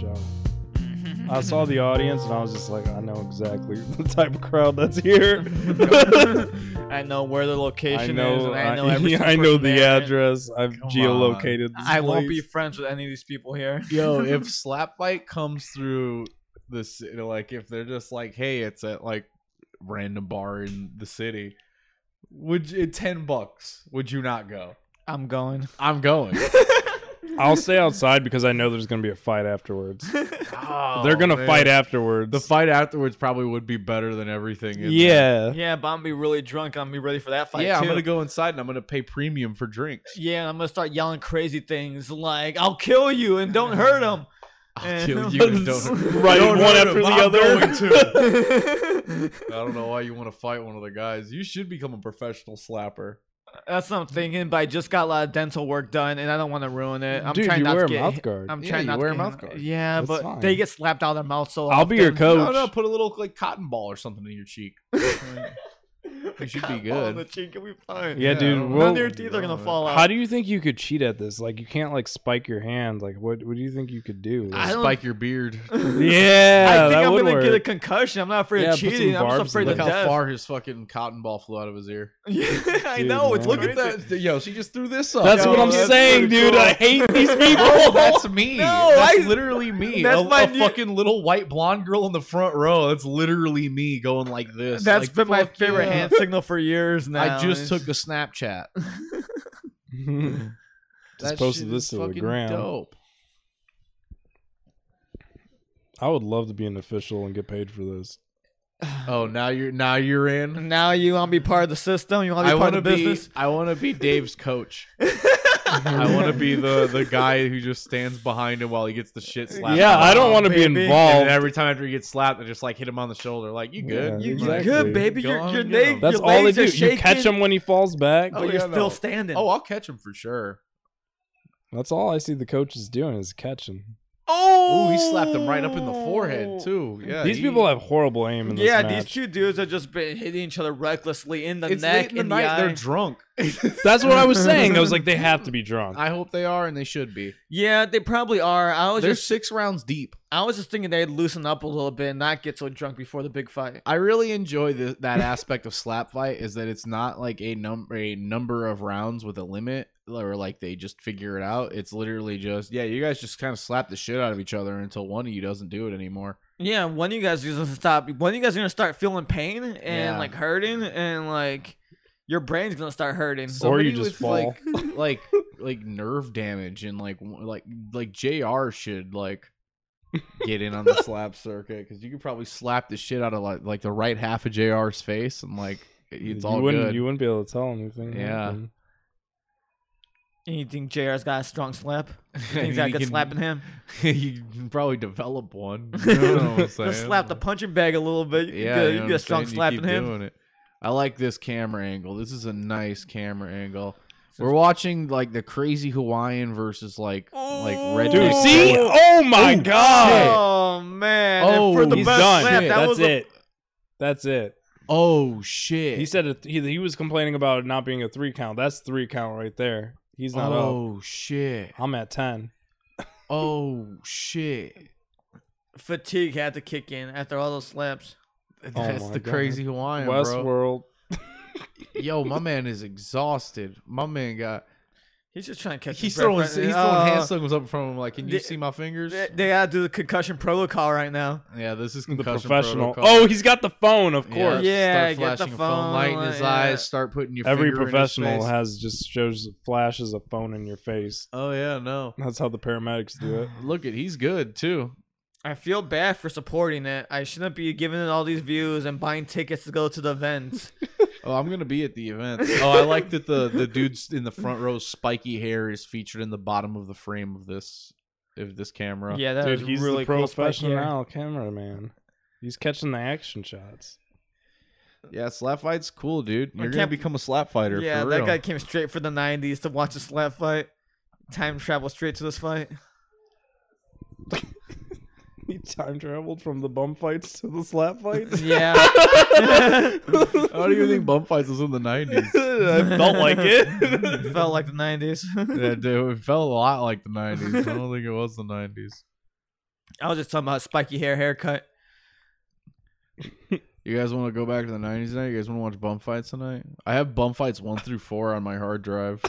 I saw the audience and I was just like, I know exactly the type of crowd that's here. I know where the I location is. know, And I know every. yeah, I single know person the there. address. I've Come on. geolocated. This I won't be place. friends with any of these people here. Yo, if slap fight comes through the city, like if they're just like, hey, it's at like random bar in the city, would you, at ten bucks, would you not go? I'm going. I'm going. I'll stay outside because I know there's gonna be a fight afterwards. They're Oh, gonna Oh, man. fight afterwards. The fight afterwards probably would be better than everything. in there. yeah. yeah, but I'm gonna be really drunk. I'm gonna be ready for that fight yeah. too. I'm gonna go inside and I'm gonna pay premium for drinks. Yeah, and I'm gonna start yelling crazy things like "I'll kill you" and "Don't hurt him." I'll kill you and don't. Right, Don't one hurt after him, the I'm other. going to. I don't know why you want to fight one of the guys. You should become a professional slapper. That's what I'm thinking. But I just got a lot of dental work done, and I don't want to ruin it. I'm Dude, trying you not wear to a get. mouth guard. I'm Yeah, trying you not wear to a get- mouth guard. Yeah, That's but fine. they get slapped out of their mouth so I'll be your often. coach. No, no, put a little like cotton ball or something in your cheek. You should be Ball in good. the cheek, it'll be fine. Yeah, Yeah, I dude. don't Well, uh, None of your teeth are gonna fall out. how do you think you could cheat at this? Like, you can't like spike your hand. Like, what? What do you think you could do? I Like- don't- Spike your beard. yeah, I think that I'm would gonna work. get a concussion. I'm not afraid Yeah, of put some cheating. I'm just barbs afraid in of Look the death. how far his fucking cotton ball flew out of his ear. yeah, I Dude, know. It's man. look at that. Yo, she just threw this up. Oh, That's Yo, what I'm that's saying, pretty dude. cool. I hate these Oh, people. that's me. No, that's I- literally me. that's a, my a new- fucking little white blonde girl in the front row. That's literally me going like this. That's like, been my fuck favorite yeah. hand signal for years now. I just It's- took a Snapchat. Just That posted shit this is to the fucking gram. Dope. I would love to be an official and get paid for this. Oh, now you're now you're in. Now you want to be part of the system? You want to I be part want of to the be. business? I want to be Dave's coach. I want to be the the guy who just stands behind him while he gets the shit slapped. yeah, out of I him. don't want to be baby. And And involved. every time after he gets slapped, they just like hit him on the shoulder, like you good, Yeah, You, Exactly. you good, baby. Go You're, on, you're get naked. 'em. That's your all they legs do. are You catch shaking, him when he falls back. but Oh, you're yeah, still no. standing. Oh, I'll catch him for sure. That's all I see the coaches doing is catching. oh! Ooh, he slapped him right up in the forehead too. Yeah, These he- people have horrible aim in this Yeah, match. these two dudes have just been hitting each other recklessly in the It's neck, late in the in night. eye. They're drunk. That's what I was saying. I was like, they have to be drunk. I hope they are, and they should be. yeah, they probably are. I was They're just, six rounds deep. I was just thinking they'd loosen up a little bit and not get so drunk before the big fight. I really enjoy the, that aspect of slap fight is that it's not like a number a number of rounds with a limit or like they just figure it out. It's literally just yeah, you guys just kind of slap the shit out of each other until one of you doesn't do it anymore. Yeah, when you guys are gonna stop? When you guys are gonna start feeling pain and Yeah. like hurting and like your brain's gonna start hurting? Or you Somebody just with, like like like nerve damage and like w- like like JR should like get in on the slap circuit cuz you could probably slap the shit out of like like the right half of JR's face and like it's all you wouldn't, good. You wouldn't be able to tell anything. Yeah. happened. And you think JR's got a strong slap? You think You he's got a good can- slap in him? you can probably develop one. You know what I'm Just saying? slap the punching bag a little bit. You Yeah, get, you you get know what I'm a strong saying? You slap keep in him. doing it. I like this camera angle. This is a nice camera angle. We're watching like the crazy Hawaiian versus like like redneck. Dude, Oh. see? Oh my Ooh, god. Oh man! And Oh, for the He's best done. slap, Shit, that That's was a- it. That's it. Oh shit! He said it, he, he was complaining about it not being a three count. That's three count right there. He's not up. "Oh shit! I'm at 10. Oh shit!" fatigue had to kick in after all those slaps. That's Oh my the God. crazy Hawaiian, bro. Westworld. Yo, my man is exhausted. My man got He's just trying to catch. he's his breath throwing right he's throwing Uh, now. hand signals up from him. Like, can you They- see my fingers? They, they gotta do the concussion protocol right now. Yeah, this is The concussion professional. protocol. Oh, he's got the phone, of Yeah, course. Yeah, start get the flashing a phone light in phone, his yeah. eyes. Start putting your Every finger in his professional face. has just shows flashes of phone in your face. Oh yeah, no. That's how the paramedics do it. Look at he's good too. I feel bad for supporting it. I shouldn't be giving it all these views and buying tickets to go to the event. Oh, I'm gonna be at the event. Oh, I like that the the dude's in the front row. Spiky hair is featured in the bottom of the frame of this of this camera. yeah, that Dude, was he's really the cool spike professional here. cameraman. He's catching the action shots. yeah. Slap fight's cool, dude. I You're gonna can't- become a slap fighter. Yeah, for that real. guy came straight for the '90s to watch a slap fight. Time travel straight to this fight. He time traveled from the bum fights to the slap fights. Yeah, How do you think bump fights was in the '90s? I felt like it. felt like the '90s. yeah, dude, it felt a lot like the '90s. I don't think it was the '90s. I was just talking about spiky hair haircut. You guys want to go back to the nineties tonight? You guys want to watch bump fights tonight? I have bump fights one through four on my hard drive.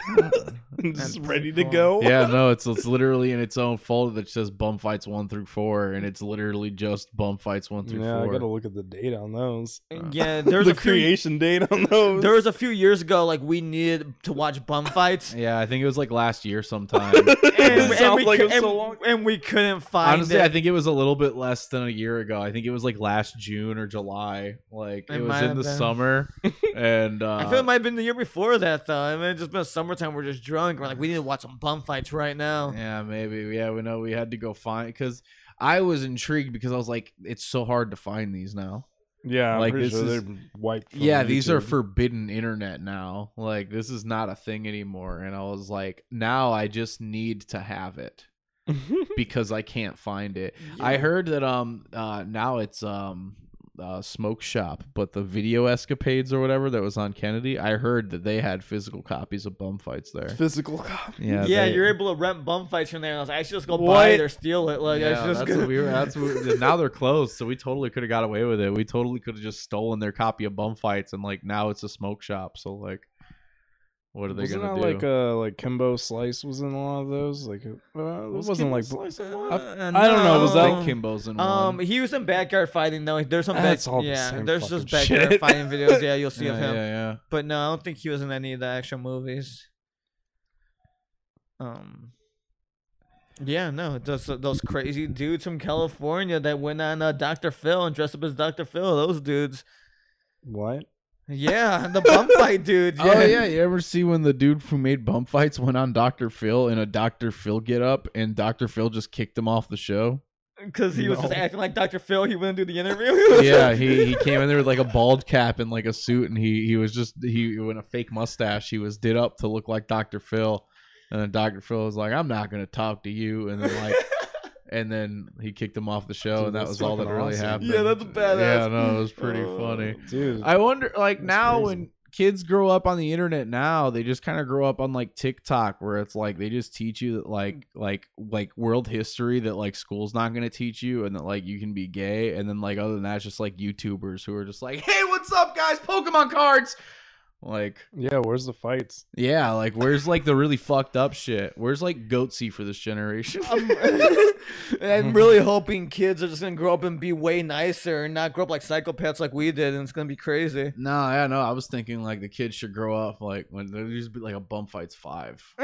Just ready pretty to cool. go. yeah, no, it's it's literally in its own folder that says bump fights one through four, and it's literally just bump fights one through Yeah, I four. gotta look at the date on those. Uh, Yeah, there was the a few, creation date on those. there was a few years ago like we needed to watch bum fights. yeah, I think it was like last year sometime. it and, sounds we, like cou- it was and- so long. and we couldn't find Honestly, it. I think it was a little bit less than a year ago. I think it was like last June or July. Like It it, was might in have the been. summer, and uh, I feel it might have been the year before that though. I mean, it's just been summertime. We're just drunk. We're like, we need to watch some bum fights right now. Yeah, maybe. Yeah, we know we had to go find because I was intrigued because I was like, it's so hard to find these now. yeah, I'm Like, pretty this sure is- they're wiped. From yeah, these are YouTube. forbidden internet now. Like this is not a thing anymore. And I was like, now I just need to have it because I can't find it. I heard that um uh now it's um uh, smoke shop, but the video escapades or whatever that was on Kennedy, I heard that they had physical copies of bum fights there. physical copy. Yeah, yeah, they- you're able to rent bum fights from there. And I was like, I should just go buy it What? or steal it. Like, I yeah, should just that's go- what we were. That's what we- now they're closed, so we totally could have got away with it. We totally could have just stolen their copy of Bum Fights, and like now it's a smoke shop. So like, what are they wasn't that gonna do? like uh like Kimbo Slice was in a lot of those? Like uh, it Was wasn't Kimbo like Slice in Uh, one? I don't know, was I that- think Kimbo's in Um, one. he was in backyard fighting though. There's some That's back, all the yeah. same there's just fucking backyard shit. fighting videos. Yeah, you'll see yeah, of him. yeah, yeah. But no, I don't think he was in any of the actual movies. Um. Yeah, no, those those crazy dudes from California that went on uh, Dr. Phil and dressed up as Dr. Phil. Those dudes. what? Yeah, the bum fight dudes. Yeah. Oh yeah, you ever see when the dude who made Bum Fights went on Dr. Phil in a Dr. Phil get up, and Dr. Phil just kicked him off the show? because he was just No. acting like Dr. Phil. He wouldn't do the interview. yeah, he, he came in there with like a bald cap and like a suit, and he he was just he with a fake mustache. He was did up to look like Dr. Phil, and then Dr. Phil was like, "I'm not gonna talk to you," and then like, and then he kicked him off the show, Dude, and Oh, that that's was all that fucking really awesome. happened. Yeah, that's Yeah, badass. no, it was pretty Oh. funny. Dude, I wonder, like That's now crazy. when kids grow up on the internet now, they just kind of grow up on like TikTok, where it's like they just teach you that like like like world history that like school's not gonna teach you, and that like you can be gay, and then like other than that, it's just like YouTubers who are just like, hey, what's up, guys? Pokemon cards. Like yeah, where's the fights? yeah, like where's like the really fucked up shit? Where's like Goatsy for this generation? I'm, I'm really hoping kids are just gonna grow up and be way nicer and not grow up like psychopaths like we did, and it's gonna be crazy. No, I know. I was thinking like the kids should grow up like when there just be like a bum fights five.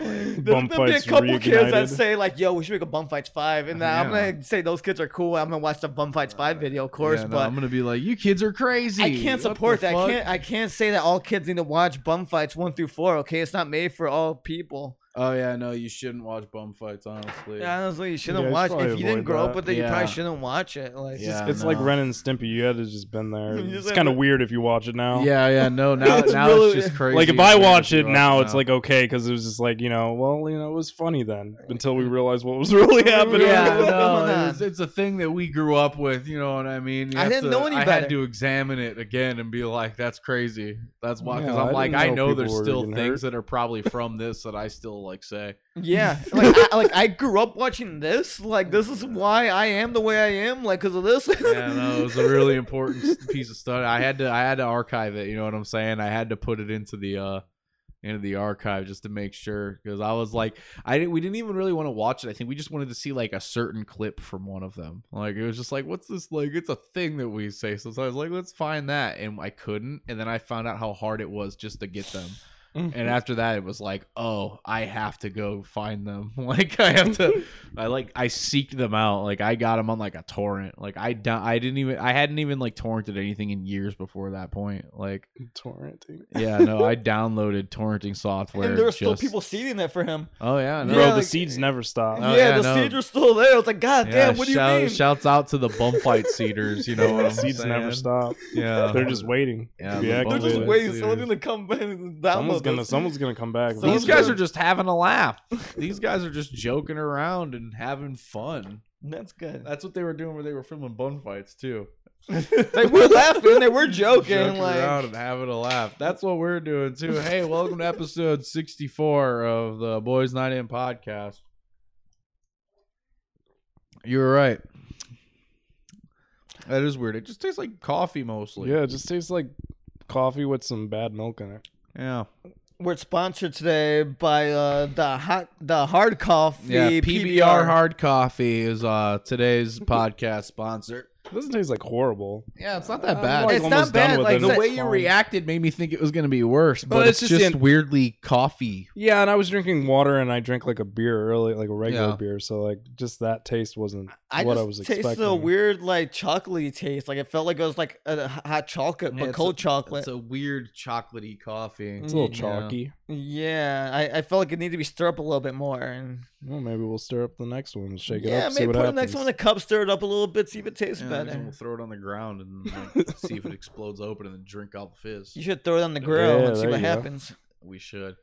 There's Bum gonna be a Fights couple kids that reignited. say like, "Yo, we should make a bum fights five. and then I'm Oh, Yeah. Uh, gonna say those kids are cool. I'm gonna watch the bum fights five video, of course, Yeah, no, but I'm gonna be like, you kids are crazy. I can't support that. I can't. I can't say that all kids need to watch bum fights one through four. Okay, it's not made for all people. Oh yeah, no, you shouldn't watch bum fights, honestly. Honestly, you shouldn't Yeah, it's watch. probably If you didn't avoid grow up that. with it, you Yeah. probably shouldn't watch it. Like, Yeah. it's like no. Ren and Stimpy. You had to just been there. You It's said kind of Ren- weird if you watch it now. Yeah, yeah, no, now It's now really- it's just crazy. Like if as I soon as watch you it watch now, it's like okay because it was just like you know, well, you know, it was funny then until we realized what was really But happening. yeah, What's no, going it's, on? it's a thing that we grew up with. You know what I mean? You I have didn't to- know any I better. had to examine it again and be like, "That's crazy." That's why, because Yeah, I I'm like, didn't I know know people there's were still getting things hurt. that are probably from this that I still like say. Yeah, like I, like I grew up watching this. Like this is why I am the way I am. Like because of this. yeah, no, it was a really important s- piece of study. I had to I had to archive it. You know what I'm saying? I had to put it into the uh into the archive just to make sure because I was like, I didn't, we didn't even really want to watch it. I think we just wanted to see like a certain clip from one of them. Like it was just like, what's this like? It's a thing that we say. So, I was like, let's find that, and I couldn't. And then I found out how hard it was just to get them. And after that, it was like, oh, I have to go find them. Like I have to, I like I seeked them out. Like I got them on like a torrent. Like I do- I didn't even I hadn't even like torrented anything in years before that point. Like torrenting. yeah, no, I downloaded torrenting software. and there's still just- people seeding that for him. Oh yeah, no. Bro, the like- seeds never stop. Oh, yeah, yeah, the no. seeds are still there. It's like, God Yeah, damn, what do you shout- mean? Shouts out to the bum fight seeders. You know what the I'm seeds saying? Uh-huh. never stop. Yeah, They're just waiting. Yeah, to be the They're activated. just Bumble waiting. seeders. Someone to come back and Someone's download gonna this. someone's gonna come back. These These eventually. guys are just having a laugh. These guys are just joking around and having fun. That's good. That's what they were doing where they were filming bun fights too. They were laughing. They were joking. like, around and having a laugh. That's what we're doing too. Hey, welcome to episode sixty-four of the Boys Night In podcast. You were right. That is weird. It just tastes like coffee mostly. Yeah, it just tastes like coffee with some bad milk in it. Yeah. We're sponsored today by uh, the hot, the hard coffee Yeah. PBR, Hard Coffee is uh today's podcast sponsor. It doesn't taste like horrible. Yeah, it's not that I'm bad. like It's not almost done bad, with like, it. the it's way It's you fine. reacted made me think it was going to be worse, but it's, it's just, just in- weirdly coffee. Yeah, and I was drinking water and I drank like a beer early, like a regular Yeah. beer. So like just that taste wasn't I what just I was tasted expecting. a weird like chocolatey taste. Like it felt like it was like a h- hot chocolate, Yeah, but it's cold a- chocolate. a weird chocolatey coffee. It's a little Mm, Yeah. chalky. yeah, I, I felt like it needed to be stirred up a little bit more. And Well, maybe we'll stir up the next one, shake it yeah, up, see maybe what put happens. the next one in a cup, stir it up a little bit, see if it tastes Yeah, maybe better. we'll throw it on the ground and like, see if it explodes open and then drink all the fizz. You should throw it on the grill Yeah, and see there what you go. happens. We should.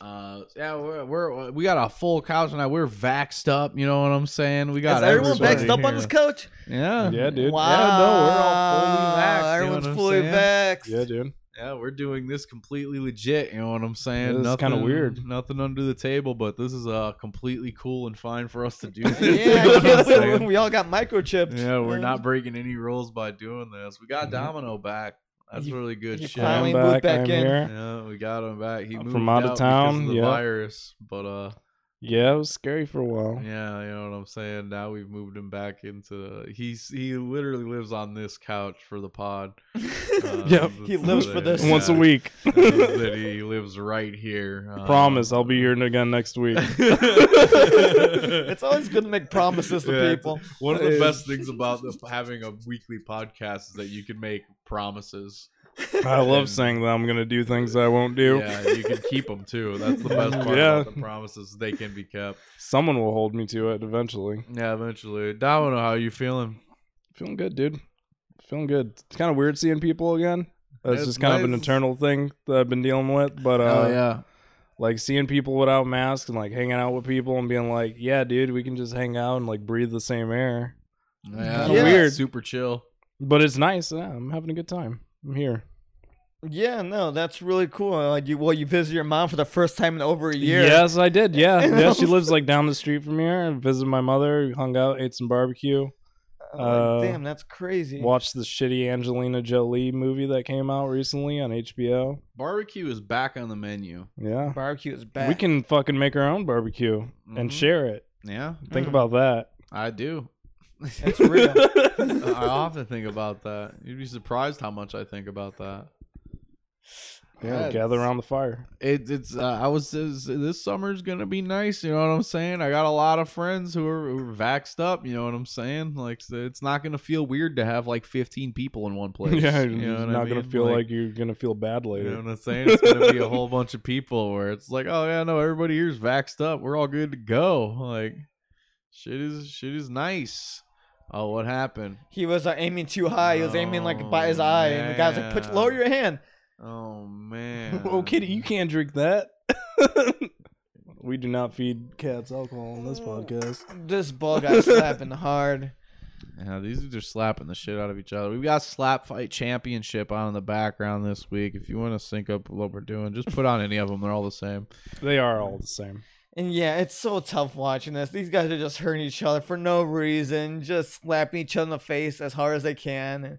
uh, yeah, we're, we're we got a full couch and we're vaxxed up. You know what I'm saying? We got Is everyone everybody vaxxed up on here. this coach? Yeah, Yeah, dude. Wow. Yeah, no, we're all fully vaxxed, you know Everyone's what I'm fully saying? vaxxed. Yeah, dude. yeah. We're doing this completely legit. You know what I'm saying? Yeah, this is kinda Nothing- weird. Nothing under the table, but this is uh completely cool and fine for us to do. This, you yeah, know I what I'm can't believe saying? we all got microchipped. Yeah, we're Uh, not breaking any rules by doing this. We got Mhm. Domino back. That's Mm-hmm. You- really good you shit. I'm Finally moved back. back I'm in. here. Yeah, we got him back. He From moved out of out because town, of the yeah. virus, but uh, Yeah, it was scary for a while. yeah, you know what I'm saying. Now we've moved him back into. He's he literally lives on this couch for the pod. Uh, Yep. He lives for this. Yeah. Once a week. that he lives right here. Uh-huh. Uh, Promise, I'll be here again next week. it's always good to make promises to Yeah, it's- people. One of the best things about the, having a weekly podcast is that you can make promises. I And- love saying that I'm gonna do things I won't do. Yeah, you can keep them too. That's the best part Yeah. about the promises; they can be kept. Someone will hold me to it eventually. Yeah, eventually. Domino, how you feeling? Feeling good, dude. Feeling good. It's kind of weird seeing people again. That's It's just kind of an nice. internal thing that I've been dealing with. But uh, yeah, like seeing people without masks and like hanging out with people and being like, yeah, dude, we can just hang out and like breathe the same air. yeah. Yeah. weird. super chill. But it's nice. Yeah, I'm having a good time. I'm here. Yeah, no, that's really cool. Like you, well, you visit your mom for the first time in over a year. Yes, I did. Yeah, yeah. She lives like down the street from here. I visited my mother. Hung out, ate some barbecue, I'm like, Uh, damn, that's crazy. watched the shitty Angelina Jolie movie that came out recently on HBO. Barbecue is back on the menu. Yeah, Barbecue is back. we can fucking make our own barbecue Mhm. and share it. Yeah, Think Mm. about that. I do. It's real. I often think about that. You'd be surprised how much I think about that. Yeah, Yeah, gather it's- around the fire. It, it's uh, I was this, this summer's gonna be nice. You know what I'm saying? I got a lot of friends who are, who are vaxxed up. You know what I'm saying? Like so it's not gonna feel weird to have like 15 people in one place. yeah, you know you're what I not gonna mean? feel like, you're gonna feel bad later. You know what I'm saying? It's gonna be a whole bunch of people where it's like, oh yeah, no, everybody here's vaxxed up. We're all good to go. Like, shit is shit is nice. Oh, what happened? he was uh, aiming too high. He was aiming like by his Oh, eye, and the guy's like, "Put man. lower your hand." Oh man. oh, kitty, you can't drink that. we do not feed cats alcohol on this podcast. This ball got slapping hard. Yeah, these dudes are slapping the shit out of each other. We've got slap fight championship on in the background this week. If you want to sync up what we're doing, just put on any of them. They're all the same. They are all the same. And yeah, it's so tough watching this. These guys are just hurting each other for no reason, just slapping each other in the face as hard as they can. And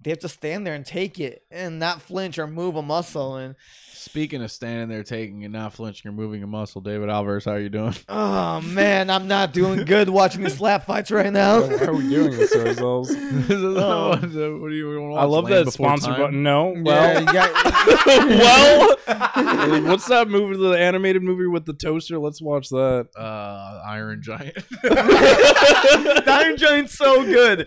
they have to stand there and take it and not flinch or move a muscle. And Speaking of standing there, taking and not flinching or moving a muscle, David Alvarez, how are you doing? oh man, I'm not doing good watching these slap fights right now. Why are we doing this to ourselves? This is the Oh. one that- what do you want? I love that sponsor button. No, Yeah, well, you got- well, what's that movie? The animated movie with the toaster? Let's watch that. Uh, Iron Giant. Iron Giant's so good.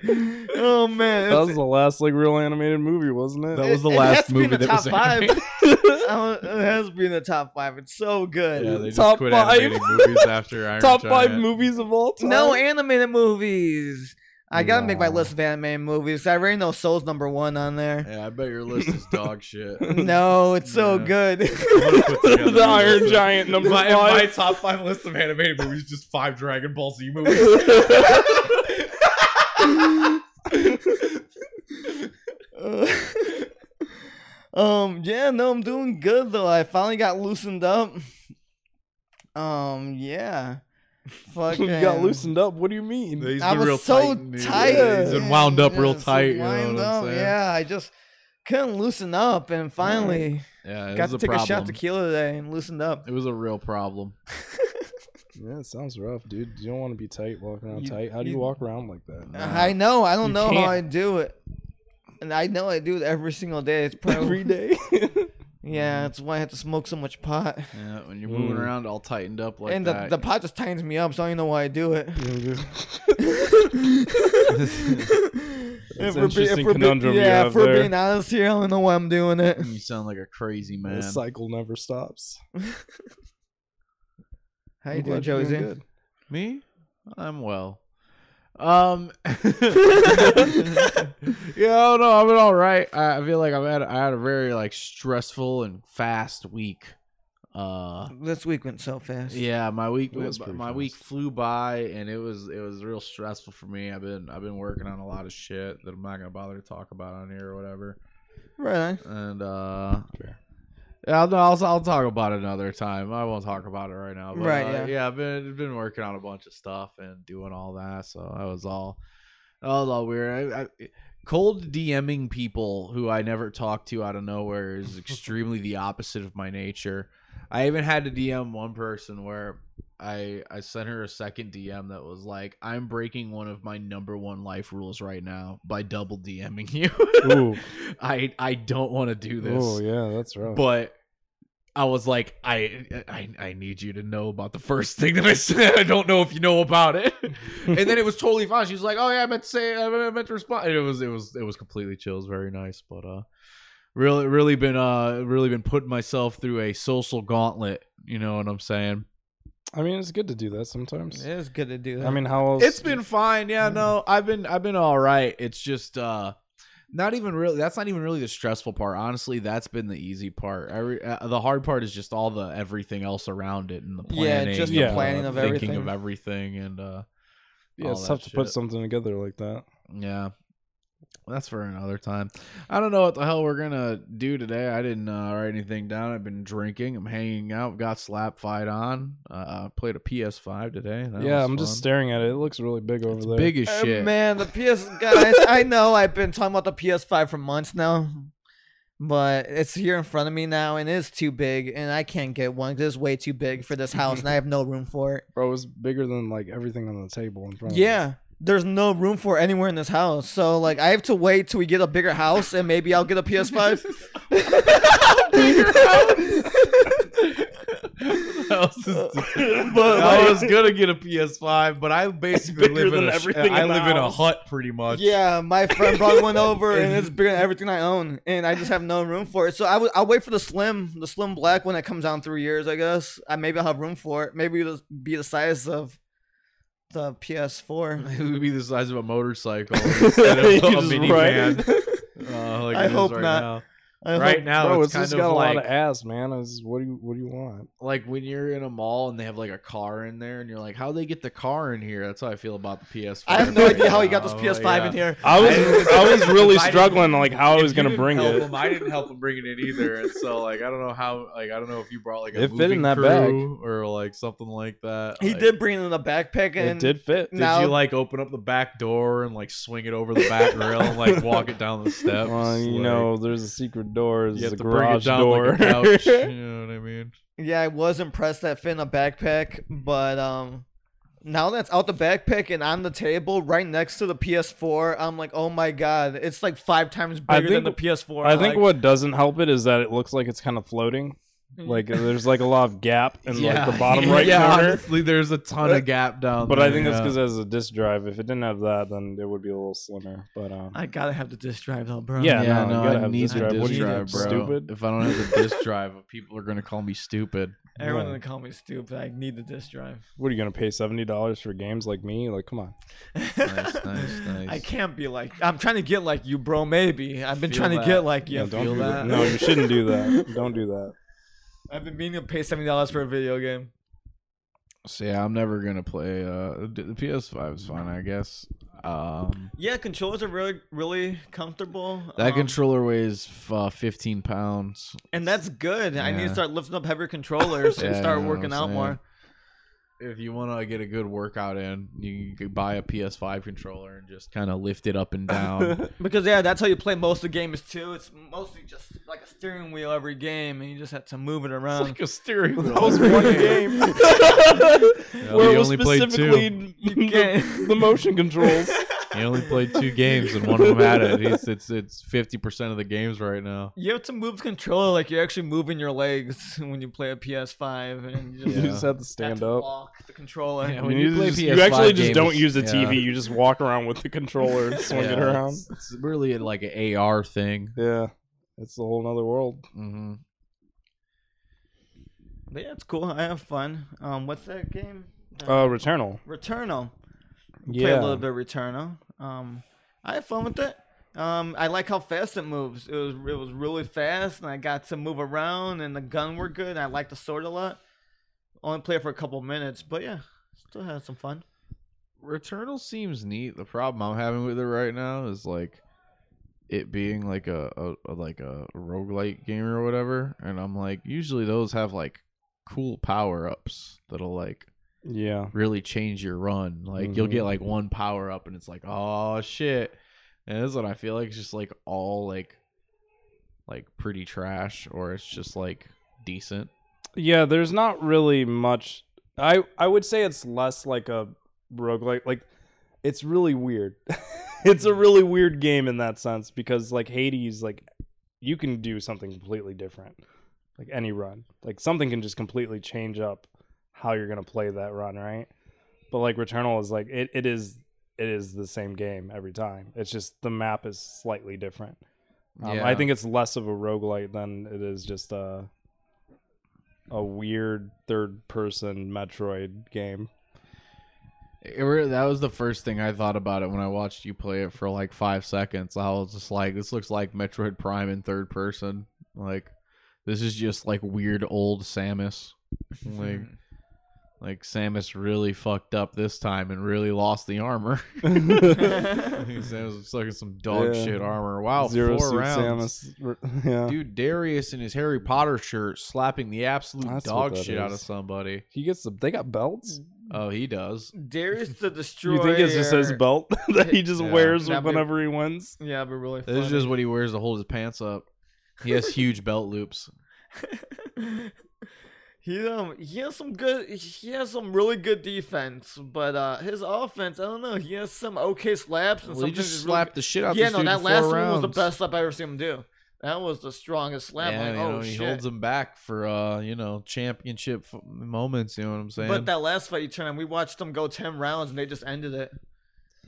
Oh man, That was the last like real animated movie, wasn't it? That was the last movie that was animated. I don't- it has to be in the top five. It's so good. yeah, they just Top quit five. animating movies after Iron top Giant. five movies of all time. No animated movies. I gotta make my No. list of animated movies. I already know Soul's number one on there. Yeah, I bet your list is dog shit. No, it's so Yeah. good. the Iron Giant number My, my five. top five list of animated movies just five Dragon Ball Z movies. um, yeah, no, I'm doing good though. I finally got loosened up. Um, yeah. you Fucking got loosened up. What do you mean? He's I been was real so tight, dude. tight. Yeah, he's been wound up real yeah, so tight, you know wound what I'm up, saying? Yeah, I just couldn't loosen up, and finally Yeah, it got was to a take problem. a shot tequila today and loosened up. It was a real problem. yeah, it sounds rough, dude. You don't want to be tight walking around You- tight. How do you you- walk around like that? Nah. I know. I don't You know how can't. I do it. And I know I do it every single day. It's probably Every day. Yeah, that's why I have to smoke so much pot. Yeah, when you're moving Mm. around all tightened up like and the, that. the pot just tightens me up, so I don't even know why I do it. That's an if we're, be- if interesting we're, be- conundrum you yeah, have if we're there. being honest here, I don't know why I'm doing it. you sound like a crazy man. the cycle never stops. How I'm you doing, glad you're Josie? good. Me? I'm well. Um. yeah, I don't know. I've been all right. I I feel like I've had I had a very like stressful and fast week. Uh. This week went so fast. Yeah, my week It was my pretty week fast. flew by and it was it was real stressful for me. I've been I've been working on a lot of shit that I'm not gonna bother to talk about on here or whatever. Right on. And uh Fair. yeah, I'll, I'll I'll talk about it another time. I won't talk about it right now. But, Right, uh, yeah. I've been been working on a bunch of stuff and doing all that. So I was all, I was all weird. I, I, cold DMing people who I never talk to out of nowhere is extremely the opposite of my nature. I even had to DM one person where I I sent her a second DM that was like, I'm breaking one of my number one life rules right now by double DMing you. Ooh. I I don't want to do this Oh yeah, that's rough. but I was like, I, I I need you to know about the first thing that I said. I don't know if you know about it. and then it was totally fine. She was like, Oh yeah, I meant to say, I meant to respond. And it was it was it was completely chill. It was very nice, but uh, really really been uh really been putting myself through a social gauntlet. You know what I'm saying? I mean, it's good to do that sometimes. It is good to do that. I mean, how else? It's been fine. Yeah, no, I've been I've been all right. It's just uh not even really that's not even really the stressful part. Honestly, that's been the easy part. I re, uh, the hard part is just all the everything else around it and the Yeah, planning. just the and planning of thinking everything. of everything and uh yeah, it's all tough that to put shit. something together like that. yeah. That's for another time. I don't know what the hell we're gonna do today. I didn't uh, write anything down. I've been drinking. I'm hanging out. Got slap fight on. Uh, played a PS5 today. That yeah, was I'm just fun. staring at it. It looks really big over there. Big as Uh, shit. man, the PS guys. I know I've been talking about the PS5 for months now, but it's here in front of me now, and it's too big, and I can't get one 'cause it's way too big for this house, and I have no room for it. bro. It's bigger than like everything on the table in front. of Yeah, there's no room for it anywhere in this house, so like I have to wait till we get a bigger house, and maybe I'll get a PS5. That was just- Uh, But, I like- was gonna get a PS5, but I basically Bigger live in than a sh- everything I in the live in a house. hut pretty much. Yeah, my friend brought one over, and it's bigger than everything I own, and I just have no room for it. So I would, I'll wait for the slim, the slim black one that comes out in three years, I guess. I maybe I'll have room for it. Maybe it'll be the size of the PS4. it would be the size of a motorcycle you instead of a just minivan. ride. Uh, like I it is hope right not. Now. I right hope- now, bro, it's, it's, kind just of got like a lot of ass, man. It's, what do you what do you want? like when you're in a mall and they have like a car in there, and you're like, "How they get the car in here?" That's how I feel about the PS5. I have no right idea how he now. got Oh, this PS5 in Yeah. here. I was I- I was really if I didn't- struggling like how I If was you gonna didn't bring help it. him, I didn't help him bringing it either, and so like I don't know how. Like I don't know if you brought like a It fit in moving that crew or like something like that. He Like, did bring in a backpack, It and did fit. Did now- you like open up the back door and like swing it over the back rail and like walk it down the steps? Well, you Like, know, there's a secret door. you There's have a to bring it garage down door. like a couch. you know what I mean? yeah, I was impressed that fit in a backpack, but um. Now that's out the backpack and on the table right next to the PS4, I'm like, oh my god, it's like five times I bigger than think- the PS4. I think like, what doesn't help it is that it looks like it's kind of floating. Mm-hmm. Like there's like a lot of gap in like the bottom right yeah, corner. Honestly, there's a ton of gap down. But I think there, that's yeah. because it has a disk drive. If it didn't have that, then it would be a little slimmer. But um, I gotta have the disc drive though, bro. Yeah, no, Yeah, you no, gotta I have need disk the drive. What disk do you drive, think, bro. stupid? If I don't have the disk drive, people are gonna call me stupid. Everyone's Yeah. gonna call me stupid. I need the disc drive. what are you gonna pay seventy dollars for games like me? Like, come on. Nice, nice, nice. I can't be like. I'm trying to get like you, bro. Maybe I've been Feel trying that. to get like you. Yeah, don't feel do that? that. No, you shouldn't do that. Don't do that. I've been meaning to pay seventy dollars for a video game. So yeah, I'm never gonna play. Uh, d- the PS5 is fine, I guess. Um, Yeah, controllers are really, really comfortable. that um, controller weighs f- uh, 15 pounds. and that's good. I need Yeah. to start lifting up heavier controllers and Yeah, start you know what working I'm out saying. more. if you want to get a good workout in, you could buy a PS5 controller and just kind of lift it up and down. Because yeah, that's how you play most of the game is too. It's mostly just like a steering wheel every game, and you just have to move it it's around. like a steering wheel. That was one game Yeah, where you it was only played two. specifically can't- the, the motion controls. He only played two games, and one of them had it. He's, it's it's fifty percent of the games right now. you have to move the controller like you're actually moving your legs when you play a PS5, and you just You Yeah. just have to have stand to up. walk the controller. Yeah, I when mean, you play just- PS5 actually just games, don't use a yeah. TV. You just walk around with the controller and swing it Yeah, around. It's, it's really like an AR thing. Yeah, it's a whole nother world. Mm-hmm. But yeah, it's cool. I have fun. Um, what's that game? Uh, Returnal. Returnal. Yeah, Play a little bit of Returnal. Um, I had fun with it. Um, I like how fast it moves. It was it was really fast, and I got to move around, and the gun were good. And I liked the sword a lot. Only played for a couple minutes, but yeah, still had some fun. Returnal seems neat. The problem I'm having with it right now is like it being like a, a, a like a roguelite game or whatever, and I'm like usually those have like cool power ups that'll like yeah. really change your run. Like you'll Mhm. get like one power up and it's like, oh shit. And that's what I feel like. It's just like all like like pretty trash or it's just like decent. Yeah, there's not really much. I I would say it's less like a roguelike. Like it's really weird. it's a really weird game in that sense because like Hades, like you can do something completely different. Like any run, like something can just completely change up how you're gonna play that run, right? But like Returnal is like it, it is it is the same game every time. It's just the map is slightly different. Um, I Yeah. think it's less of a roguelite than it is just a a weird third person Metroid game. It re- that was the first thing I thought about it when I watched you play it for like five seconds. I was just like, this looks like Metroid Prime in third person. Like, this is just like weird old Samus. Like, like Samus really fucked up this time and really lost the armor. Samus was sucking some dog Yeah. shit armor. Wow, Zero four Suit rounds. Samus. Yeah. Dude, Darius in his Harry Potter shirt slapping the absolute That's what dog that shit out of is. somebody. He gets the, they got belts. Oh, he does. Darius the Destroyer. You think it's just his belt that he just Yeah. wears That'd be- whenever he wins? Yeah, but really. Funny. This is just what he wears to hold his pants up. He has huge belt loops. he um he has some good he has some really good defense, but uh his offense I don't know he has some okay slaps and Well, he sometimes just he's slapped Really, the shit out. yeah, this no, dude that in four last one was rounds. the best slap I ever seen him do. That was the strongest slap. Yeah, like, you know, oh he shit! holds him back for uh, you know, championship f- moments. You know what I'm saying? but that last fight you turned on, we watched them go ten rounds and they just ended it,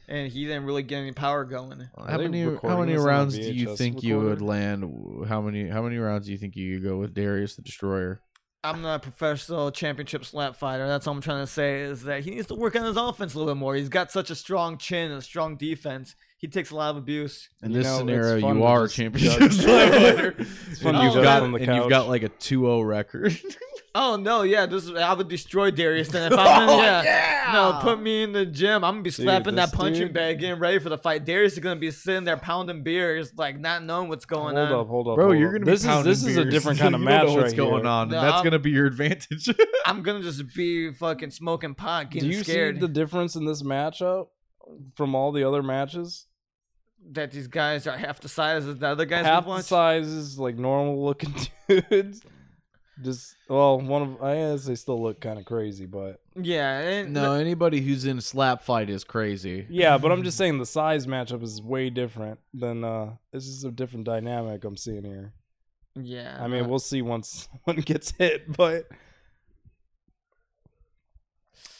and he didn't really get any power going. Are how they many how recording many this on a rounds do you VHS think you would recorder? land? How many how many rounds do you think you could go with Darius the Destroyer? I'm not a professional championship slap fighter. That's all I'm trying to say is that he needs to work on his offense a little bit more. He's got such a strong chin and a strong defense. He takes a lot of abuse. In You this know, it's scenario, fun you to are a just championship judge. player. It's and fun to you've judge got on the and you've couch. got like a 2-0 record. Oh no, yeah, this is, I would destroy Darius then if I'm in, Oh, yeah. No, put me in the gym. I'm gonna be slapping this that punching dude- bag, getting ready for the fight. Darius is gonna be sitting there pounding beers, like not knowing what's going Hold on. up, hold up, Bro, hold you're up. gonna be this is pounding this is a beers, different so kind of you don't match know what's right going here. on. and No, that's I'm- gonna be your advantage. I'm gonna just be fucking smoking pot, Do getting you scared see the difference in this matchup from all the other matches? that these guys are half the size of the other guys. half we the watched. sizes, like normal looking dudes. Just well, one of I guess they still look kind of crazy, but Yeah, and no, anybody who's in slap fight is crazy. yeah. But I'm just saying the size matchup is way different than uh. This is a different dynamic I'm seeing here. yeah. I uh, mean, we'll see once one gets hit, but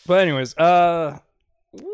but anyways, uh,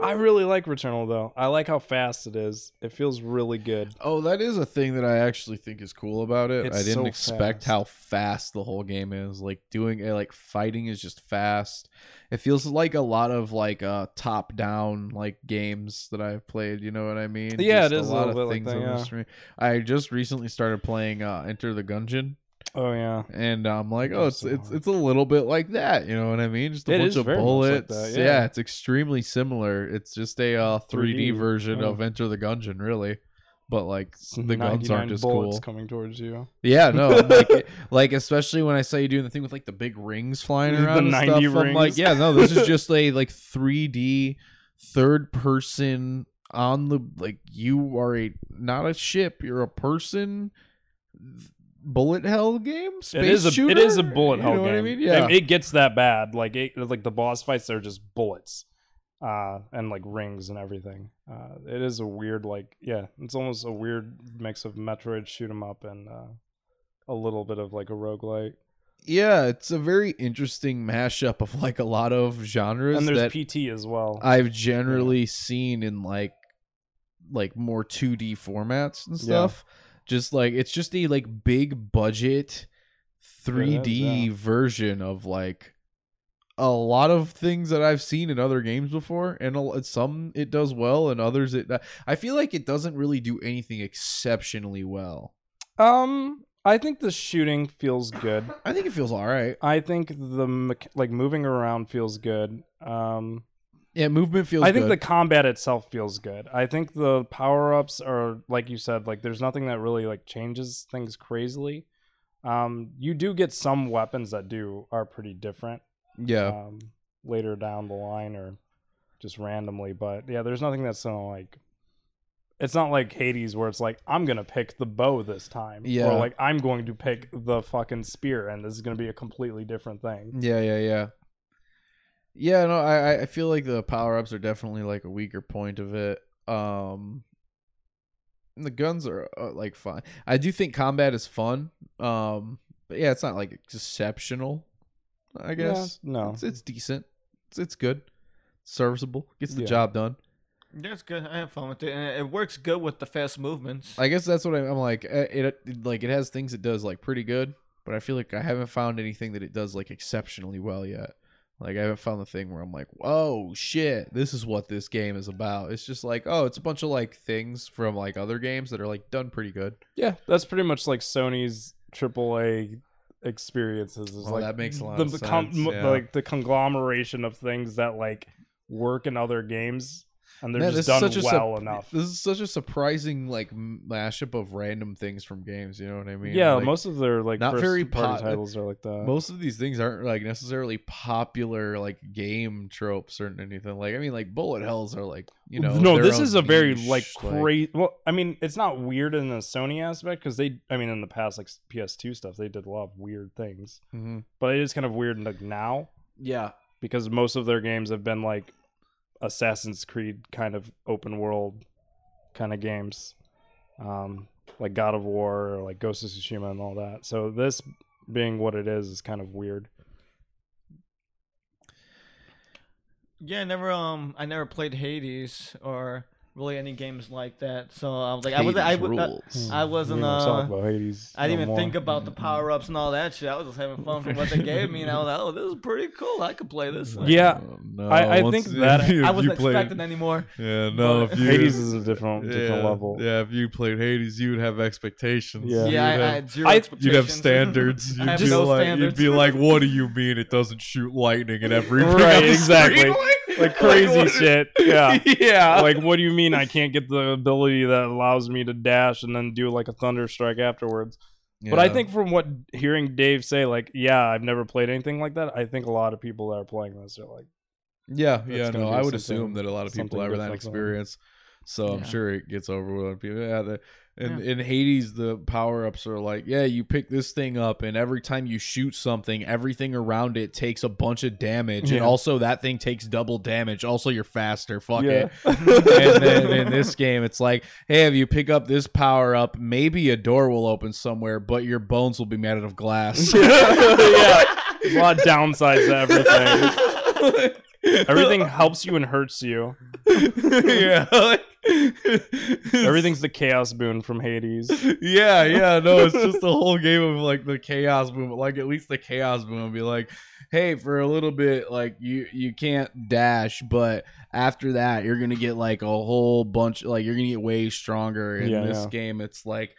I really like Returnal though. I like how fast it is. It feels really good. Oh, that is a thing that I actually think is cool about it. It's I didn't so expect fast. how fast the whole game is. Like doing it, like fighting is just fast. It feels like a lot of like uh top down like games that I've played. You know what I mean? Yeah, it Just is a little bit like that, on the yeah. screen. I just recently started playing uh Enter the Gungeon, Oh yeah, and I'm like, oh, Game's it's so it's hard. it's a little bit like that. You know what I mean? Just a It bunch is of very much like bullets. that, yeah. yeah. it's extremely similar. It's just a uh, 3D, 3D, version yeah. of Enter the Gungeon, really. but like It's the guns 99 aren't as bullets cool. coming towards you. Yeah, no, like, it- like especially when I saw you doing the thing with like the big rings flying The around. and 90 stuff, I'm like, rings. yeah, no, this is just a like 3D third person on the like you are a not a ship, you're a person bullet hell game. Space it is a shooter? it is a bullet You hell know game. What I mean? Yeah, it, it gets that bad. Like it, like the boss fights, they're just bullets, uh, and like rings and everything. Uh, it is a weird, like yeah, it's almost a weird mix of Metroid shoot 'em up and uh, a little bit of like a roguelike. yeah, it's a very interesting mashup of like a lot of genres. And there's that PT as well. I've generally seen in like like more 2D formats and Yeah. stuff. Just like it's just a like big budget 3D version of like a lot of things that I've seen in other games before and a, lo- some it does well and others it uh, I feel like it doesn't really do anything exceptionally well. um, I think the shooting feels good. I think it feels all right. I think the mech- like moving around feels good. Um, Yeah, movement feels I think good. the combat itself feels good. I think the power ups are like you said, like there's nothing that really like changes things crazily. Um, you do get some weapons that do are pretty different yeah. um, later down the line or just randomly, but yeah, there's nothing that's gonna like. It's not like Hades where it's like I'm gonna pick the bow this time, Yeah. or like I'm going to pick the fucking spear, and this is gonna be a completely different thing. Yeah, yeah, yeah. Yeah, no, I I- I feel like the power ups are definitely like a weaker point of it. Um, and the guns are uh, like fun. I do think combat is fun. Um, but yeah, it's not like exceptional. I guess Yeah, no, it's it's decent. It's it's good, serviceable, gets the Yeah. job done. That's good. I have fun with it, and it- it works good with the fast movements. I guess that's what I'm, I'm like. eh, It, it like it has things it does like pretty good, but I feel like I haven't found anything that it does like exceptionally well yet. Like I haven't found the thing where I'm like, whoa, shit, this is what this game is about. It's just like, oh, it's a bunch of like things from like other games that are like done pretty good. Yeah, that's pretty much like Sony's AAA experiences. Is Well, like that makes a lot the, of com- sense, m- yeah. Like the conglomeration of things that like work in other games, and they're Man, just this is done such a well sup- enough. This is such a surprising like m- mashup of random things from games. You know what I mean? yeah, Like, most of their like not first very party po- titles are like that. most of these things aren't like necessarily popular like game tropes or anything like i mean like bullet hells are like you know no, their this own is a very niche, like crazy. Well, I mean, it's not weird in the Sony aspect because they, I mean, in the past like PS2 stuff, they did a lot of weird things, Mhm. but it is kind of weird like now. yeah because most of their games have been like Assassin's Creed kind of open world kind of games, um, like God of War or like Ghost of Tsushima and all that. So this being what it is is kind of weird. Yeah, I never um I never played Hades or really any games like that. So I was like I was I, Hades w- uh, I, Hmm. rules. I wasn't We don't talk uh about Hades I no didn't even more. think about the power ups and all that shit. I was just having fun from what they gave me and I was like, Oh, this is pretty cool. I could play this. Yeah. Oh, no, I- I once- think that- if I wasn't you played- expecting anymore. yeah no but- if you Hades is a different different yeah, level. yeah if you played hades you would have expectations Yeah. Yeah, you'd I, I have, had zero I- You'd have expectations. standards. I You'd have be, no like, standards. you'd be like, "What do you mean it doesn't shoot lightning at every Right, thing on the exactly. screen?" Like crazy what- shit. Yeah. yeah. Like what do you mean I can't get the ability that allows me to dash and then do like a thunder strike afterwards? But I Yeah. think from what hearing Dave say, like, yeah, I've never played anything like that. I think a lot of people that are playing this are like, Yeah, That's yeah, gonna no, be I would something- assume that a lot of people something have that different for them. experience, so I'm Yeah. sure it gets over with other people. Yeah, the, and in Hades, the power ups are like, yeah, you pick this thing up, and every time you shoot something, everything around it takes a bunch of damage, Yeah. and also that thing takes double damage. Also, you're faster. Fuck yeah, it. and then in this game, it's like, hey, if you pick up this power up, maybe a door will open somewhere, but your bones will be made out of glass. There's a lot of downsides to everything. Everything helps you and hurts you. yeah. Everything's the chaos boon from Hades. yeah, yeah, no, it's just the whole game of like the chaos movement. Like at least the chaos movement would be like, hey, for a little bit, like you you can't dash, but after that, you're gonna get like a whole bunch. Like you're gonna get way stronger in Yeah, this yeah. game. It's like.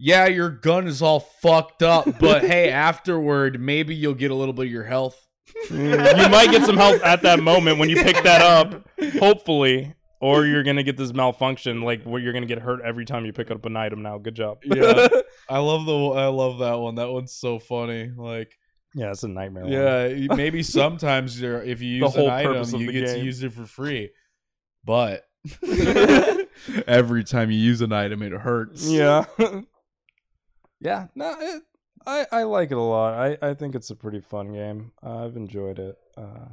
Yeah, your gun is all fucked up, but hey, afterward, maybe you'll get a little bit of your health. you might get some help at that moment when you pick that up. Hopefully, or you're gonna get this malfunction, like where you're gonna get hurt every time you pick up an item. Now, good job. Yeah. I love the I love that one. That one's so funny. Like yeah, it's a nightmare. one. yeah, you- maybe sometimes you're if you The use whole an purpose item, of you the get to game. use it for free. But every time you use an item, it hurts. yeah, yeah. No, it, I I like it a lot. I I think it's a pretty fun game. I've enjoyed it uh,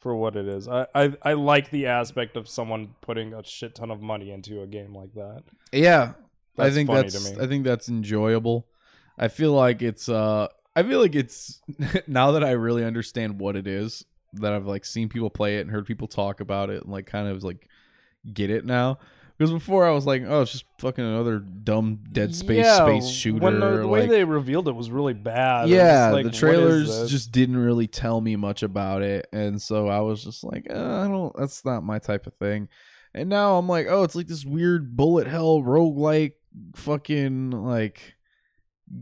for what it is. I, I I like the aspect of someone putting a shit ton of money into a game like that. Yeah, I That's think funny that's to me. I think that's enjoyable. I feel like it's uh I feel like it's now that I really understand what it is that I've like seen people play it and heard people talk about it and like kind of like get it now. Because before I was like, oh, it's just fucking another dumb Dead Space Yeah, space shooter. When the, the way like- they revealed it was really bad. It was yeah, just like, the what is trailers this? just didn't really tell me much about it, and so I was just like, uh, I don't. That's not my type of thing. And now I'm like, oh, it's like this weird bullet hell roguelike fucking like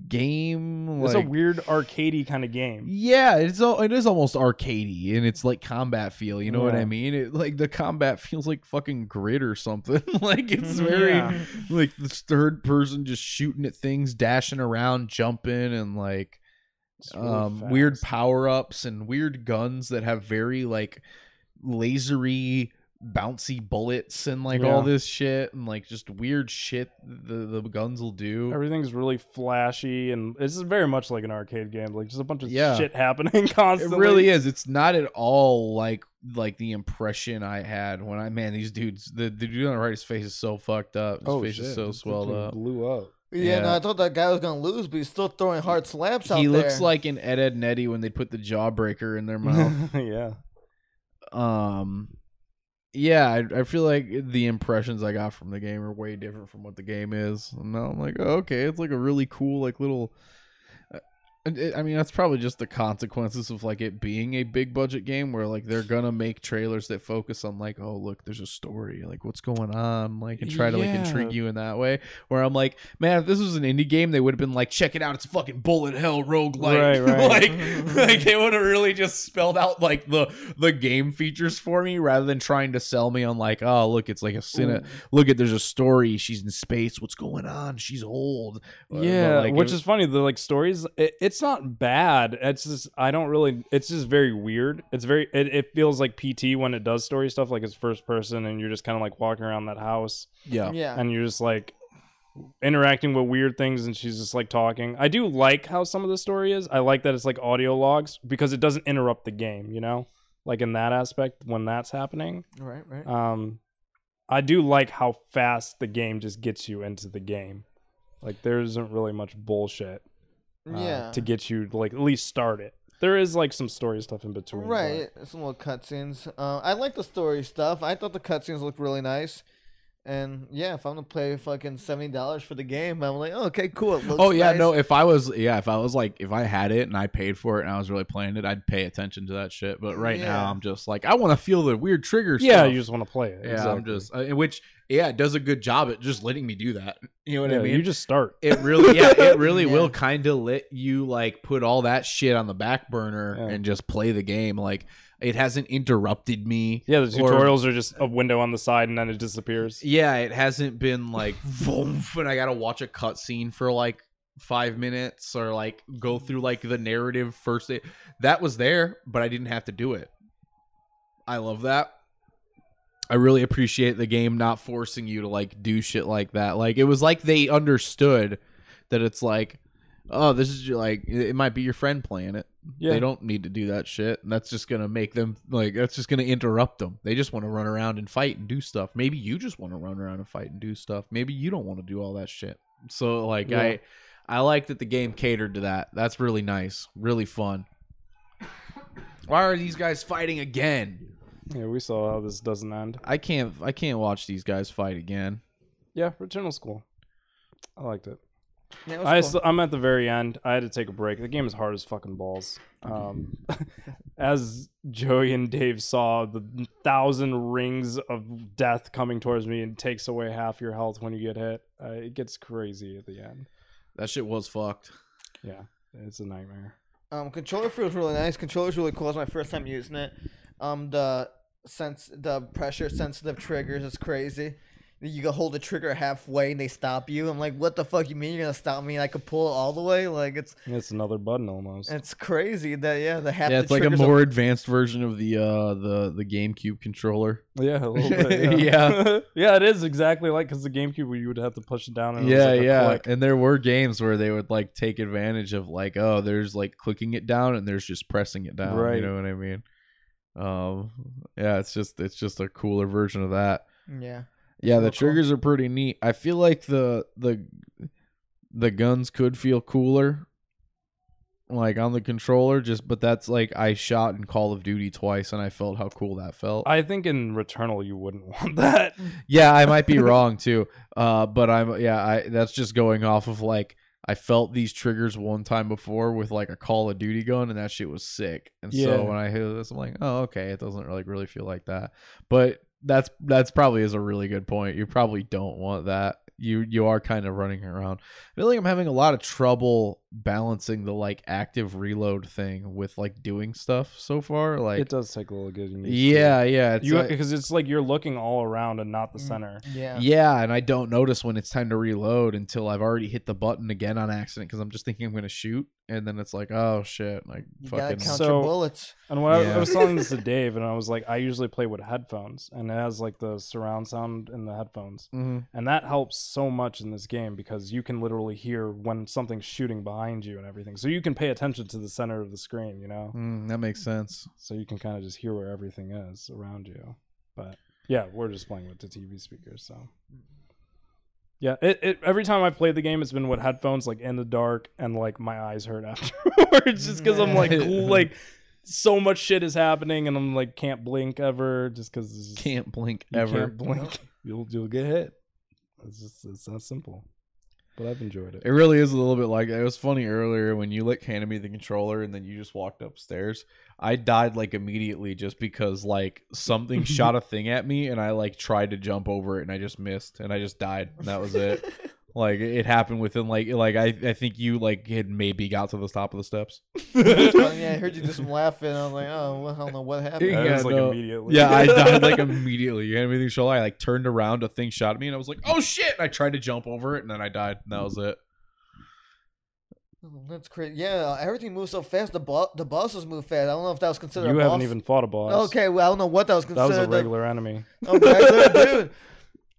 game. it's like, a weird arcadey kind of game. yeah, it's al- it is almost arcadey, and it's like combat feel. You know what Yeah. I mean? It like the combat feels like fucking grid or something. like it's Mm-hmm. very Yeah. like this third person just shooting at things, dashing around, jumping, and like It's really um, weird fast. power ups and weird guns that have very like lasery bouncy bullets and like all Yeah. this shit and like just weird shit the the guns will do. Everything's really flashy, and it's just very much like an arcade game. Like just a bunch of Yeah. shit happening it constantly. really is. It's not at all like like the impression I had when I man these dudes the, the dude on the right his face is so fucked up. His Oh face shit! is so this swelled thing up. Blew up. Yeah, Yeah. no, I thought that guy was gonna lose, but he's still throwing hard slaps out He there. looks like an Ed Ed Netty when they put the jawbreaker in their mouth. yeah. um yeah I, I feel like the impressions i got from the game are way different from what the game is and now i'm like oh, okay it's like a really cool like little I- I I mean that's probably just the consequences of like it being a big budget game where like they're gonna make trailers that focus on like oh look there's a story like what's going on like and try to like Yeah. intrigue you in that way where I'm like man if this was an indie game they would have been like check it out it's a fucking bullet hell roguelike Right, right. like like they would have really just spelled out like the the game features for me rather than trying to sell me on like oh look it's like a cine look at there's a story she's in space what's going on she's old Uh, But, yeah, like, which it- is funny. The like stories, it, it's not bad. It's just I don't really. It's just very weird. It's very. It, it feels like PT when it does story stuff, like it's first person, and you're just kind of like walking around that house, yeah yeah, and you're just like interacting with weird things, and she's just like talking. I do like how some of the story is. I like that it's like audio logs because it doesn't interrupt the game. You know, like in that aspect when that's happening. right, right. Uh, Um, I do like how fast the game just gets you into the game. Like there isn't really much bullshit uh, yeah, to get you to, like at least start it. There is like some story stuff in between. but- right. Some little cutscenes. Uh, I like the story stuff. I thought the cutscenes looked really nice. And yeah, if I'm gonna play fucking seventy dollars for the game, I'm like, okay, cool. It looks oh yeah nice. no if I was yeah if I was like if I had it and I paid for it and I was really playing it I'd pay attention to that shit but right Yeah. now I'm just like I want to feel the weird trigger yeah, stuff. you just want to play it. yeah exactly. I'm just uh, which yeah it does a good job at just letting me do that you know what Yeah, I mean you just start. It really, yeah, it really Yeah. will kind of let you like put all that shit on the back burner Yeah. and just play the game. Like it hasn't interrupted me. Yeah, the or- tutorials are just a window on the side, and then it disappears. Yeah, it hasn't been like boom, and I gotta watch a cutscene for like five minutes or like go through like the narrative first. It, that was there, but I didn't have to do it. I love that. I really appreciate the game not forcing you to like do shit like that. Like it was like they understood that it's like, oh, this is your, like it it might be your friend playing it. Yeah, They don't need to do that shit. And that's just going to make them, like, that's just going to interrupt them. They just want to run around and fight and do stuff. Maybe you just want to run around and fight and do stuff. Maybe you don't want to do all that shit. So, like, Yeah. I. I like that the game catered to that. That's really nice. Really fun. Why are these guys fighting again? yeah, we saw how this doesn't end. I can't I can't watch these guys fight again. Yeah, Returnal's school. I liked it. Yeah, it was I cool. still, I'm at the very end. I had to take a break. The game is hard as fucking balls. Um, as Joey and Dave saw, the thousand rings of death coming towards me and takes away half your health when you get hit. Uh, it gets crazy at the end. That shit was fucked. Yeah, it's a nightmare. Um, controller feels really nice. Controller's really cool. It's my first time using it. Um, the sense the pressure sensitive triggers is crazy. You can hold the trigger halfway and they stop you. I'm like, what the fuck you mean you're gonna stop me? I could pull it all the way. Like it's It's another button almost. it's crazy that yeah the half yeah, the it's like a triggers are- more advanced version of the uh the the GameCube controller. Yeah, a little bit. Yeah, yeah. it is exactly like because the GameCube where you would have to push it down. And it was yeah, like a yeah. click. And there were games where they would like take advantage of like, oh, there's like clicking it down and there's just pressing it down. Right. You know what I mean? Um yeah, it's just it's just a cooler version of that. yeah Yeah, Real the cool. triggers are pretty neat. I feel like the the the guns could feel cooler like on the controller just but that's like I shot in Call of Duty twice and I felt how cool that felt. I think in Returnal you wouldn't want that. Yeah, I might be wrong too. Uh, but I'm yeah, I that's just going off of like I felt these triggers one time before with like a Call of Duty gun, and that shit was sick. And Yeah. so when I hear this, I'm like, oh okay, it doesn't like really feel like that. But that's that's probably is a really good point. You probably don't want that. You you are kind of running around. I feel like I'm having a lot of trouble balancing the like active reload thing with like doing stuff so far. Like it does take a little getting. used to. yeah, yeah. It's you a- because it's like you're looking all around and not the Mm. center. yeah yeah, and I don't notice when it's time to reload until I've already hit the button again on accident because I'm just thinking I'm gonna shoot, and then it's like, oh shit, like you gotta fucking. count So- your bullets. And when I- I, Yeah. was telling this to Dave, and I was like, I usually play with headphones, and it has like the surround sound in the headphones, Mhm. and that helps so much in this game because you can literally hear when something's shooting behind you and everything, so you can pay attention to the center of the screen, you know, Mm, that makes sense. so you can kind of just hear where everything is around you. But yeah, we're just playing with the TV speakers, so. Yeah, it, it every time I play the game, it's been with headphones, like in the dark, and like my eyes hurt afterwards, just because I'm like, gl- like so much shit is happening, and I'm like can't blink ever, just because Can't blink you ever. can't blink, you'll you'll get hit. It's just it's that simple. But I've enjoyed it. It really is a little bit like it was funny earlier when you like handed me the controller and then you just walked upstairs. I died like immediately just because like something shot a thing at me and I like tried to jump over it and I just missed and I just died and that was it. like it happened within like like I I think you like had maybe got to the top of the steps. It's funny, yeah, I heard you just laughing. I was like, oh, well, I don't know what happened. That yeah, was, like no. immediately. Yeah, I died like immediately. You handed me the controller. I like turned around, a thing shot at me, and I was like, "Oh shit!" And I tried to jump over it, and then I died. And that was it. Oh, That's crazy. Yeah, everything moves so fast. The bo- the bosses move fast. I don't know if that was considered. you a haven't boss. even fought a boss. Okay, well, I don't know what that was that considered. was a regular enemy. Oh, regular dude.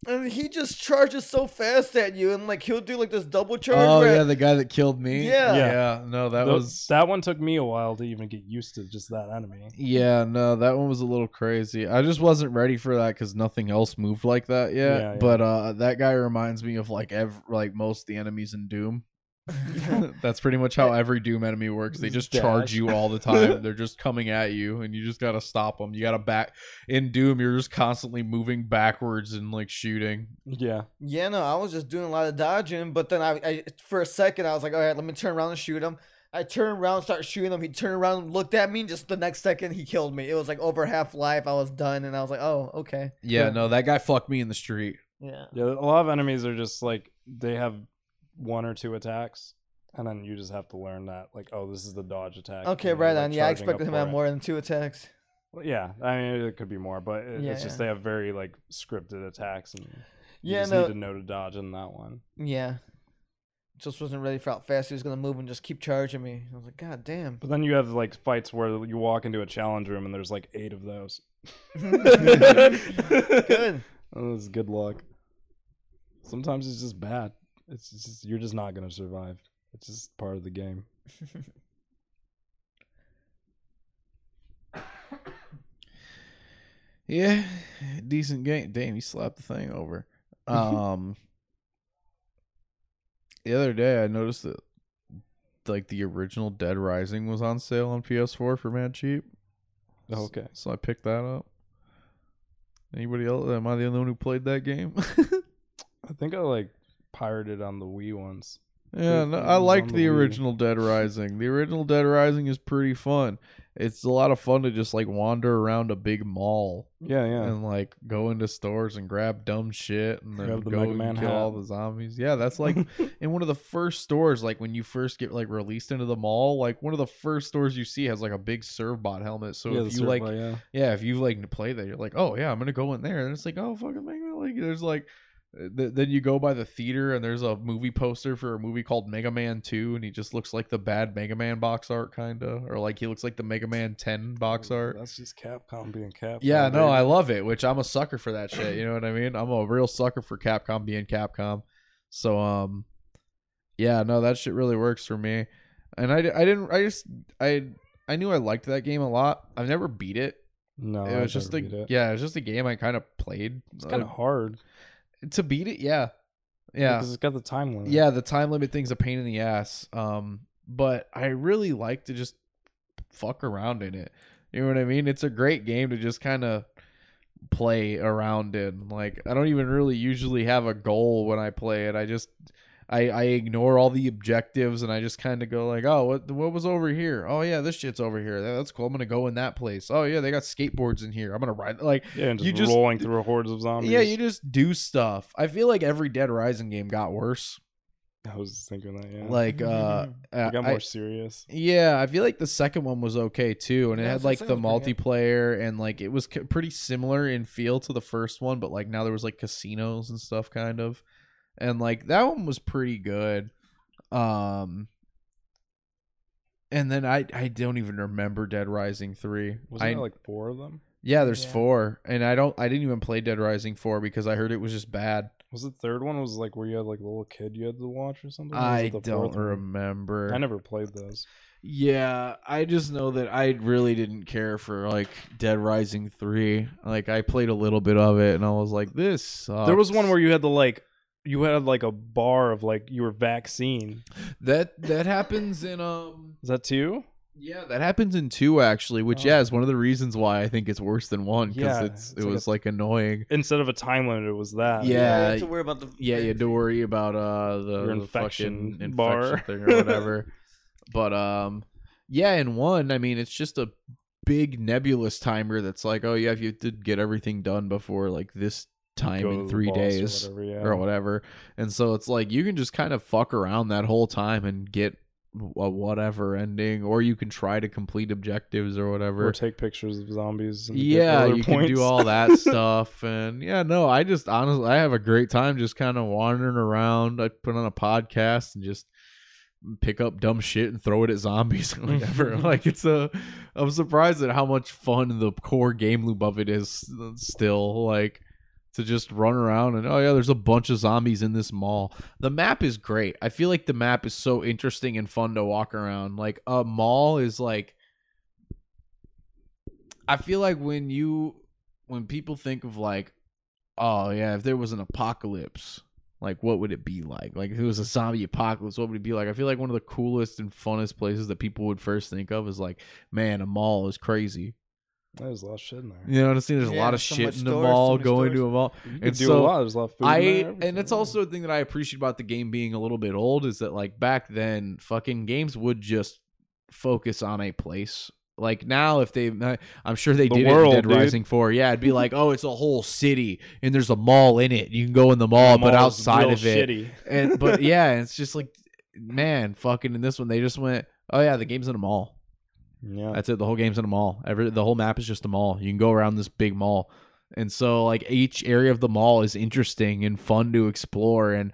And he just charges so fast at you, and like he'll do like this double charge. Oh where- yeah, the guy that killed me. Yeah. Yeah. yeah. No, that Tho- was that one took me a while to even get used to just that enemy. Yeah, no, that one was a little crazy. I just wasn't ready for that because nothing else moved like that yet. Yeah, yeah. But uh, that guy reminds me of like ev- like most of the enemies in Doom. That's pretty much how every Doom enemy works. They just Dash. charge you all the time. They're just coming at you, and you just gotta stop them. You gotta back in Doom. You're just constantly moving backwards and like shooting. Yeah. Yeah, no, I was just doing a lot of dodging, but then I, I for a second I was like, all right, let me turn around and shoot him. I turned around, started shooting him. He turned around, looked at me, and just the next second he killed me. It was like over half life. I was done, and I was like, oh, okay. Yeah, Yeah. no, that guy fucked me in the street. Yeah. Yeah, a lot of enemies are just like they have one or two attacks, and then you just have to learn that like, oh, this is the dodge attack. Okay, and you're, right like, on. Yeah, I charging up expected him to for have it. more than two attacks. Well, Yeah, I mean it could be more, but it, Yeah, it's just yeah. they have very like scripted attacks, and you Yeah, just no. need to know to dodge in that one. Yeah. Just wasn't ready for how fast he was gonna move and just keep charging me. I was like, God damn. But then you have like fights where you walk into a challenge room and there's like eight of those. Good. Oh, that's good luck. Sometimes it's just bad. It's just you're just not gonna survive. It's just part of the game. Yeah, decent game. Damn, he slapped the thing over. Um, the other day I noticed that like the original Dead Rising was on sale on PS4 for mad cheap, Oh, Okay. so I picked that up. Anybody else? Am I the only one who played that game? I think I like pirated on the Wii once. Yeah, Dude, no, it I was liked the unbelievable. original Dead Rising. The original Dead Rising is pretty fun. It's a lot of fun to just like wander around a big mall Yeah, yeah. and like go into stores and grab dumb shit and then Grab the go Mega and Man kill hat. all the zombies. Yeah, that's like in one of the first stores. Like when you first get like released into the mall, like one of the first stores you see has like a big Servbot helmet. So yeah, the if you surf like, bike, yeah. yeah, if you like play that, you're like, oh yeah, I'm gonna go in there, and it's like, oh fucking Mega Man, like there's like, th- then you go by the theater and there's a movie poster for a movie called Mega Man Two, and he just looks like the bad Mega Man box art kind of, or like he looks like the Mega Man Ten box art. That's just Capcom being Capcom. Yeah, no, baby. I love it, which I'm a sucker for that shit. You know what I mean? I'm a real sucker for Capcom being Capcom. So um, yeah, no, that shit really works for me. And I, d- I didn't, I just, I, I knew I liked that game a lot. I've never beat it no. it was just a yeah, it was just a game I kind of played It's kind uh, of hard. to beat it. Yeah, yeah, because it's got the time limit. yeah. The time limit thing's a pain in the ass. Um, but I really like to just fuck around in it. You know what I mean? It's a great game to just kind of play around in. Like I don't even really usually have a goal when I play it. I just I, I ignore all the objectives and I just kind of go like, oh, what what was over here? Oh yeah, this shit's over here. That- that's cool. I'm gonna go in that place. Oh yeah, they got skateboards in here. I'm gonna ride. Like yeah, and just, you just- rolling through hordes of zombies. yeah, you just do stuff. I feel like every Dead Rising game got worse. I was just thinking that. Yeah, Like, uh, it got I- more serious. yeah, I feel like the second one was okay too, and it Yeah, had so it like the sounds pretty multiplayer and like it was c- pretty similar in feel to the first one, but like now there was like casinos and stuff kind of, and like that one was pretty good. Um, and then I I don't even remember Dead Rising three. Wasn't I- there like four of them? yeah, there's Yeah. four, and I don't I didn't even play Dead Rising four because I heard it was just bad. Was the third one was like where you had like a little kid you had to watch or something? Or was I it the don't fourth one? remember. I never played those. Yeah, I just know that I really didn't care for like Dead Rising 3. Like I played a little bit of it and I was like this sucks. There was one where you had to like, you had like a bar of like your vaccine. that that happens in um Is that two? yeah, that happens in 2 actually, which Oh. yeah, is one of the reasons why I think it's worse than 1 cuz Yeah, it's, it's it like was like annoying. Instead of a time limit, it was that. Yeah, you have to worry about the Yeah, you had to worry about uh the, Your the infection fucking bar. infection thing or whatever. but um yeah, in one, I mean it's just a big nebulous timer that's like, oh yeah, if you did get everything done before like this time Go to in the three boss days Or whatever, yeah. or whatever. And so it's like you can just kind of fuck around that whole time and get a whatever ending, or you can try to complete objectives or whatever Or take pictures of zombies. And get yeah other you points. can do all that stuff and yeah no i just honestly i have a great time just kind of wandering around i put on a podcast and just pick up dumb shit and throw it at zombies or whatever like it's a i'm surprised at how much fun the core game loop of it is still like to just run around and oh yeah there's a bunch of zombies in this mall the map is great i feel like the map is so interesting and fun to walk around like a mall is like I feel like when you when people think of like, oh yeah, if there was an apocalypse, like what would it be like? Like if it was a zombie apocalypse, what would it be like? I feel like one of the coolest and funnest places that people would first think of is like, man, a mall is crazy. There's a lot of shit in there. You know what I'm saying? There's a Yeah, lot of so shit much in the stores, so mall, many going stores. to a mall. You And could do so a lot. There's a lot of food. I in there, everything. and it's also a thing that I appreciate about the game being a little bit old is that like back then fucking games would just focus on a place. Like now, if they, I'm sure they The did world, it in Dead dude. Rising Four. Yeah, it'd be like, oh, it's a whole city and there's a mall in it. You can go in the mall, but Mall's outside real of it, shitty. and but yeah, it's just like, man, fucking in this one they just went, oh yeah, the game's in a mall. Yeah. That's it. The whole game's in a mall. Every the whole map is just a mall. You can go around this big mall, and so like each area of the mall is interesting and fun to explore. And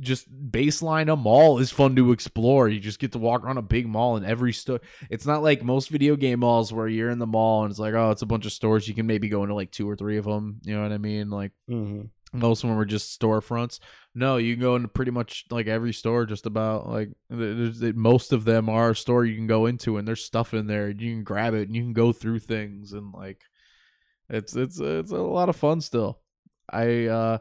just baseline a mall is fun to explore. You just get to walk around a big mall and every store. It's not like most video game malls where you're in the mall and it's like oh, it's a bunch of stores. You can maybe go into like two or three of them. You know what I mean? Like hmm most of them were just storefronts. No, you can go into pretty much like every store, just about like th- there's, th- most of them are a store you can go into, and there's stuff in there. and You can grab it and you can go through things, and like it's it's it's a lot of fun still. I uh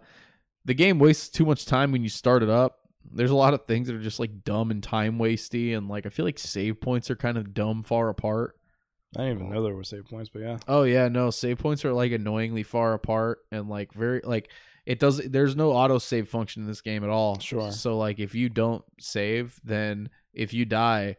the game wastes too much time when you start it up. There's a lot of things that are just like dumb and time wasty, and like I feel like save points are kind of dumb far apart. I didn't even know there were save points, but yeah. Oh yeah, no, save points are like annoyingly far apart and like very like it does there's no auto save function in this game at all. Sure. So like if you don't save, then if you die,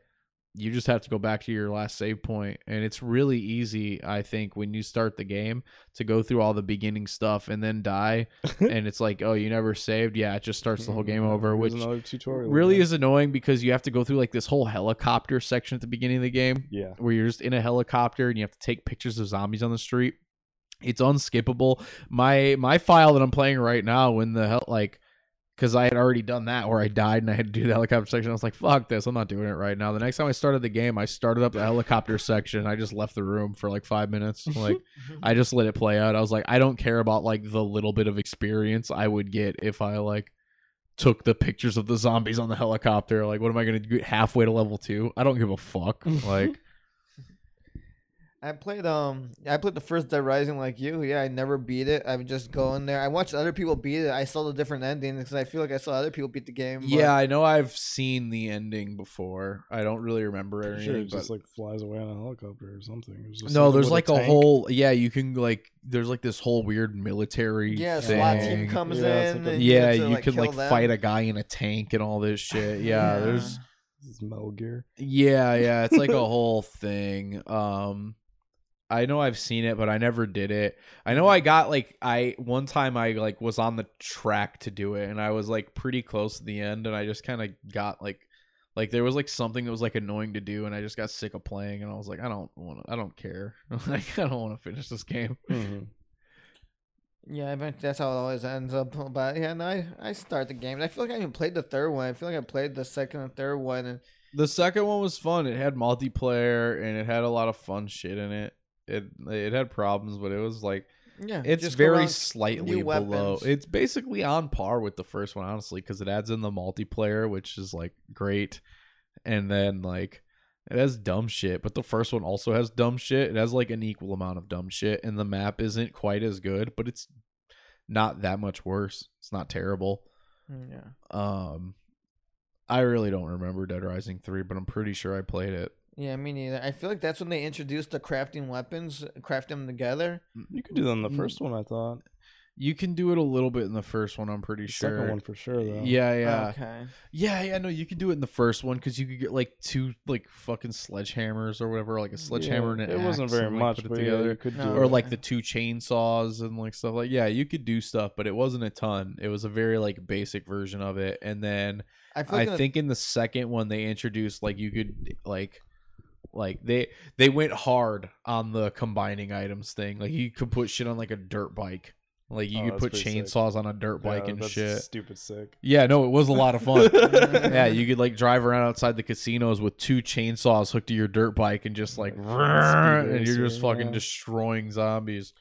you just have to go back to your last save point and it's really easy I think when you start the game to go through all the beginning stuff and then die and it's like oh you never saved. Yeah, it just starts the whole game over Here's which Mm-hmm. another tutorial. really yeah. is annoying because you have to go through like this whole helicopter section at the beginning of the game Yeah. where you're just in a helicopter and you have to take pictures of zombies on the street. It's unskippable. My my file that I'm playing right now, when the hell like, because I had already done that where I died and I had to do the helicopter section. I was like, fuck this, I'm not doing it right now. The next time I started the game, I started up the helicopter section. I just left the room for like five minutes. Like I just let it play out. I was like, I don't care about like the little bit of experience I would get if I like took the pictures of the zombies on the helicopter. Like, what am I gonna do halfway to level two? I don't give a fuck. Like. I played um I played the first Dead Rising like you. Yeah, I never beat it. I would just go in there. I watched other people beat it. I saw the different endings because I feel like I saw other people beat the game. but- Yeah, I know I've seen the ending before. I don't really remember Pretty anything. sure it just but- like flies away on a helicopter or something. It was just no, something there's with like a, tank. whole yeah. You can like there's like this whole weird military. Yeah, thing. SWAT team comes Yeah, it's in. like a- and Yeah, have to, you can kill like them. fight a guy in a tank and all this shit. Yeah, there's This is Metal Gear. yeah, yeah. It's like a whole thing. Um, I know I've seen it, but I never did it. I know I got like I one time I like was on the track to do it, and I was like pretty close to the end, and I just kind of got like like there was like something that was like annoying to do, and I just got sick of playing, and I was like, I don't want to, I don't care, like I don't want to finish this game. Mm-hmm. Yeah, I bet that's how it always ends up. But yeah, no, I, I start the game. I feel like I even played the third one. I feel like I played the second and third one. And The second one was fun. It had multiplayer, and it had a lot of fun shit in it. It it had problems, but it was like yeah, it's just go very around- slightly new below. weapons. It's basically on par with the first one, honestly, because it adds in the multiplayer, which is like great, and then like it has dumb shit. But the first one also has dumb shit. It has like an equal amount of dumb shit, and the map isn't quite as good, but it's not that much worse. It's not terrible. Mm, yeah. Um, I really don't remember Dead Rising three, but I'm pretty sure I played it. Yeah, me neither. I feel like that's when they introduced the crafting weapons, craft them together. You could do that in the first one, I thought. You can do it a little bit in the first one. I'm pretty The sure. second one for sure, though. Yeah, yeah. Okay. Yeah, yeah, no, you could do it in the first one because you could get like two like fucking sledgehammers or whatever, like a sledgehammer Yeah, and an it wasn't axe very and, like, much, put it but yeah, you together. could do No. it. Or like the two chainsaws and like stuff like yeah, you could do stuff, but it wasn't a ton. It was a very like basic version of it. And then I feel like I think in the second one they introduced like you could like like they they went hard on the combining items thing. Like you could put shit on like a dirt bike. Like you Oh, could that's put pretty sick. chainsaws on a dirt Yeah, bike and that's shit. Stupid sick. Yeah, no, it was a lot of fun. yeah, Yeah, you could like drive around outside the casinos with two chainsaws hooked to your dirt bike and just like, Like, and speed you're just racer, fucking yeah. destroying zombies.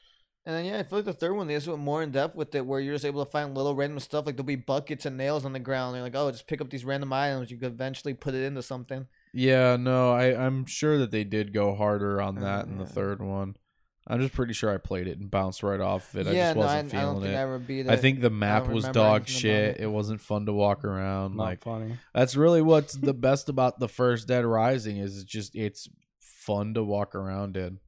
And then, yeah, I feel like the third one they just went more in depth with it, where you're just able to find little random stuff. Like there'll be buckets and nails on the ground. You're like, oh, just pick up these random items. You could eventually put it into something. Yeah, no, I I'm sure that they did go harder on that in the Oh, yeah. third one. I'm just pretty sure I played it and bounced right off it. I yeah, just wasn't no, I, I don't feeling think I it. ever beat it. I think the map was remember dog anything about shit. it. It wasn't fun to walk around. Not like funny. that's really what's the best about the first Dead Rising is it's just it's fun to walk around in.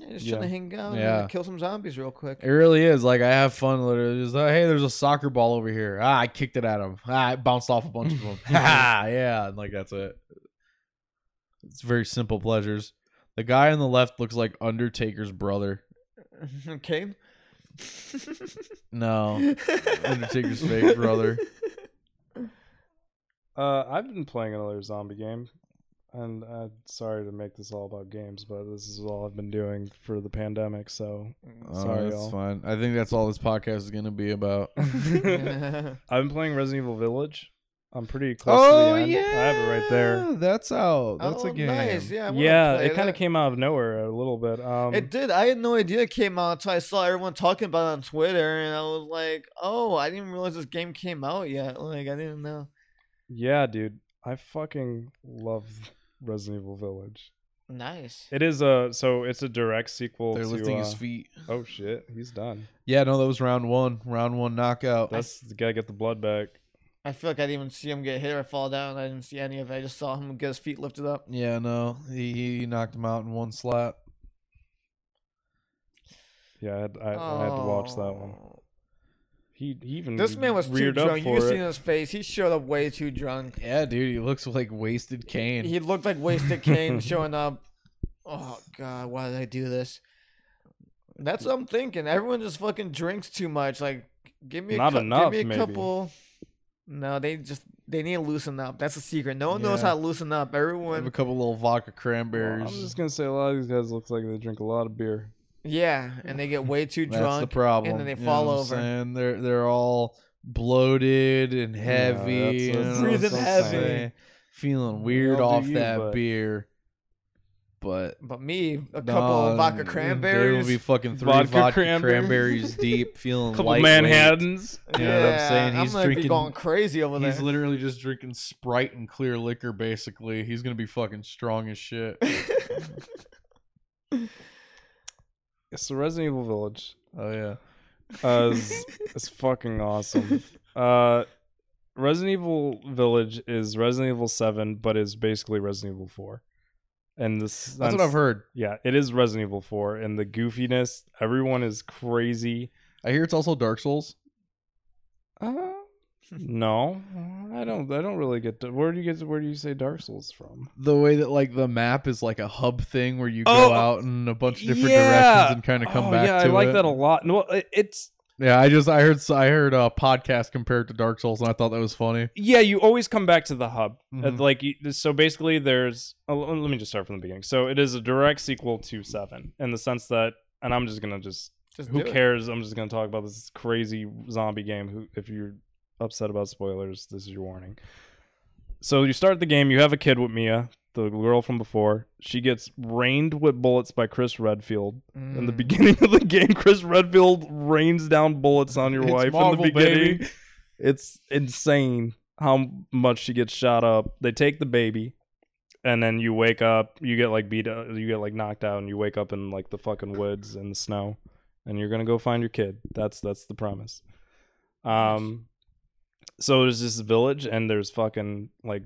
yeah, just yeah. trying to hang out. Yeah. and kill some zombies real quick. It really is. Like I have fun literally. Just like, hey, there's a soccer ball over here. Ah, I kicked it at him. Ah, it bounced off a bunch of them. ah, yeah, and like that's it. It's very simple pleasures. The guy on the left looks like Undertaker's brother. okay. No, Undertaker's fake brother. Uh, I've been playing another zombie game, and uh, sorry to make this all about games, but this is all I've been doing for the pandemic. So Oh, Sorry, that's y'all. fine. I think that's all this podcast is gonna be about. I've been playing Resident Evil Village. I'm pretty close Oh, to the end. I have it right there. That's out. That's oh, a game. Nice. Yeah, I wanna Yeah, play it kind that. of came out of nowhere a little bit. Um, It did. I had no idea it came out until I saw everyone talking about it on Twitter, and I was like, "Oh, I didn't realize this game came out yet. Like, I didn't know." Yeah, dude, I fucking love Resident Evil Village. Nice. It is a so it's a direct sequel They're to. lifting uh, his feet. Oh shit, he's done. Yeah, no, that was round one. Round one knockout. That's gotta get the blood back. I feel like I didn't even see him get hit or fall down. I didn't see any of it. I just saw him get his feet lifted up. Yeah, no, he, he knocked him out in one slap. Yeah, I had, I, I had to watch that one. Oh. He, he even This man was too reared up drunk. You for seen it. his face. He showed up way too drunk. Yeah, dude, he looks like wasted Kane. He looked like wasted Kane showing up. Oh God, why did I do this? That's what I'm thinking. Everyone just fucking drinks too much. Like, give me a Not cou- enough, Give me a maybe. couple. No, they just they need to loosen up. That's the secret. No one knows Yeah. how to loosen up. Have a Everyone, couple little vodka Well, cranberries. I'm just gonna say a lot of these guys look like they drink a lot of beer. yeah, and they get way too That's the drunk. problem. they you know fall what I'm over. saying? They're they're all bloated and heavy. that's- you that's know Breathing what I'm heavy. saying? feeling weird all do off you, that but- beer. But But me, a couple of nah, vodka There cranberries. will be fucking three Vodka vodka, cranberries. cranberries. deep, feeling couple lightweight. Manhattans. you know what I'm saying? I'm He's gonna be drinking- going crazy over there. He's literally just drinking Sprite and clear liquor. Basically, he's gonna be fucking strong as shit. It's the Resident Evil Village. Oh yeah. Uh, is, is fucking awesome. Uh, Resident Evil Village is Resident Evil Seven, but is basically Resident Evil Four. And this That's what I've heard. Yeah, it is Resident Evil Four, and the goofiness. Everyone is crazy. I hear it's also Dark Souls. Uh, no, I don't. I don't really get. To, where do you get? Where do you say Dark Souls from? The way that like the map is like a hub thing where you go Oh, out in a bunch of different yeah. directions and kind of come Oh, back Yeah, to I like it. that a lot. No, it- it's Yeah, I just I heard I heard a podcast compared to Dark Souls and I thought that was funny. yeah. You always come back to the hub. Uh, Mhm. Like you- so, basically, there's. oh, l- let me just start from the beginning. So it is a direct sequel to Seven in the sense that, and I'm just gonna just Just who do it. cares? I'm just gonna talk about this crazy zombie game. Who, if you're upset about spoilers, this is your warning. So you start the game. You have a kid with Mia, the girl from before. She gets rained with bullets by Chris Redfield in the Mm. beginning of the game. Chris Redfield rains down bullets on your It's wife Marvel, in the beginning. baby. It's insane how much she gets shot up. They take the baby. And then you wake up, you get like beat, up, you get like knocked out, and you wake up in like the fucking woods in the snow, and you're gonna go find your kid. That's that's the premise. Um, so there's this village, and there's fucking like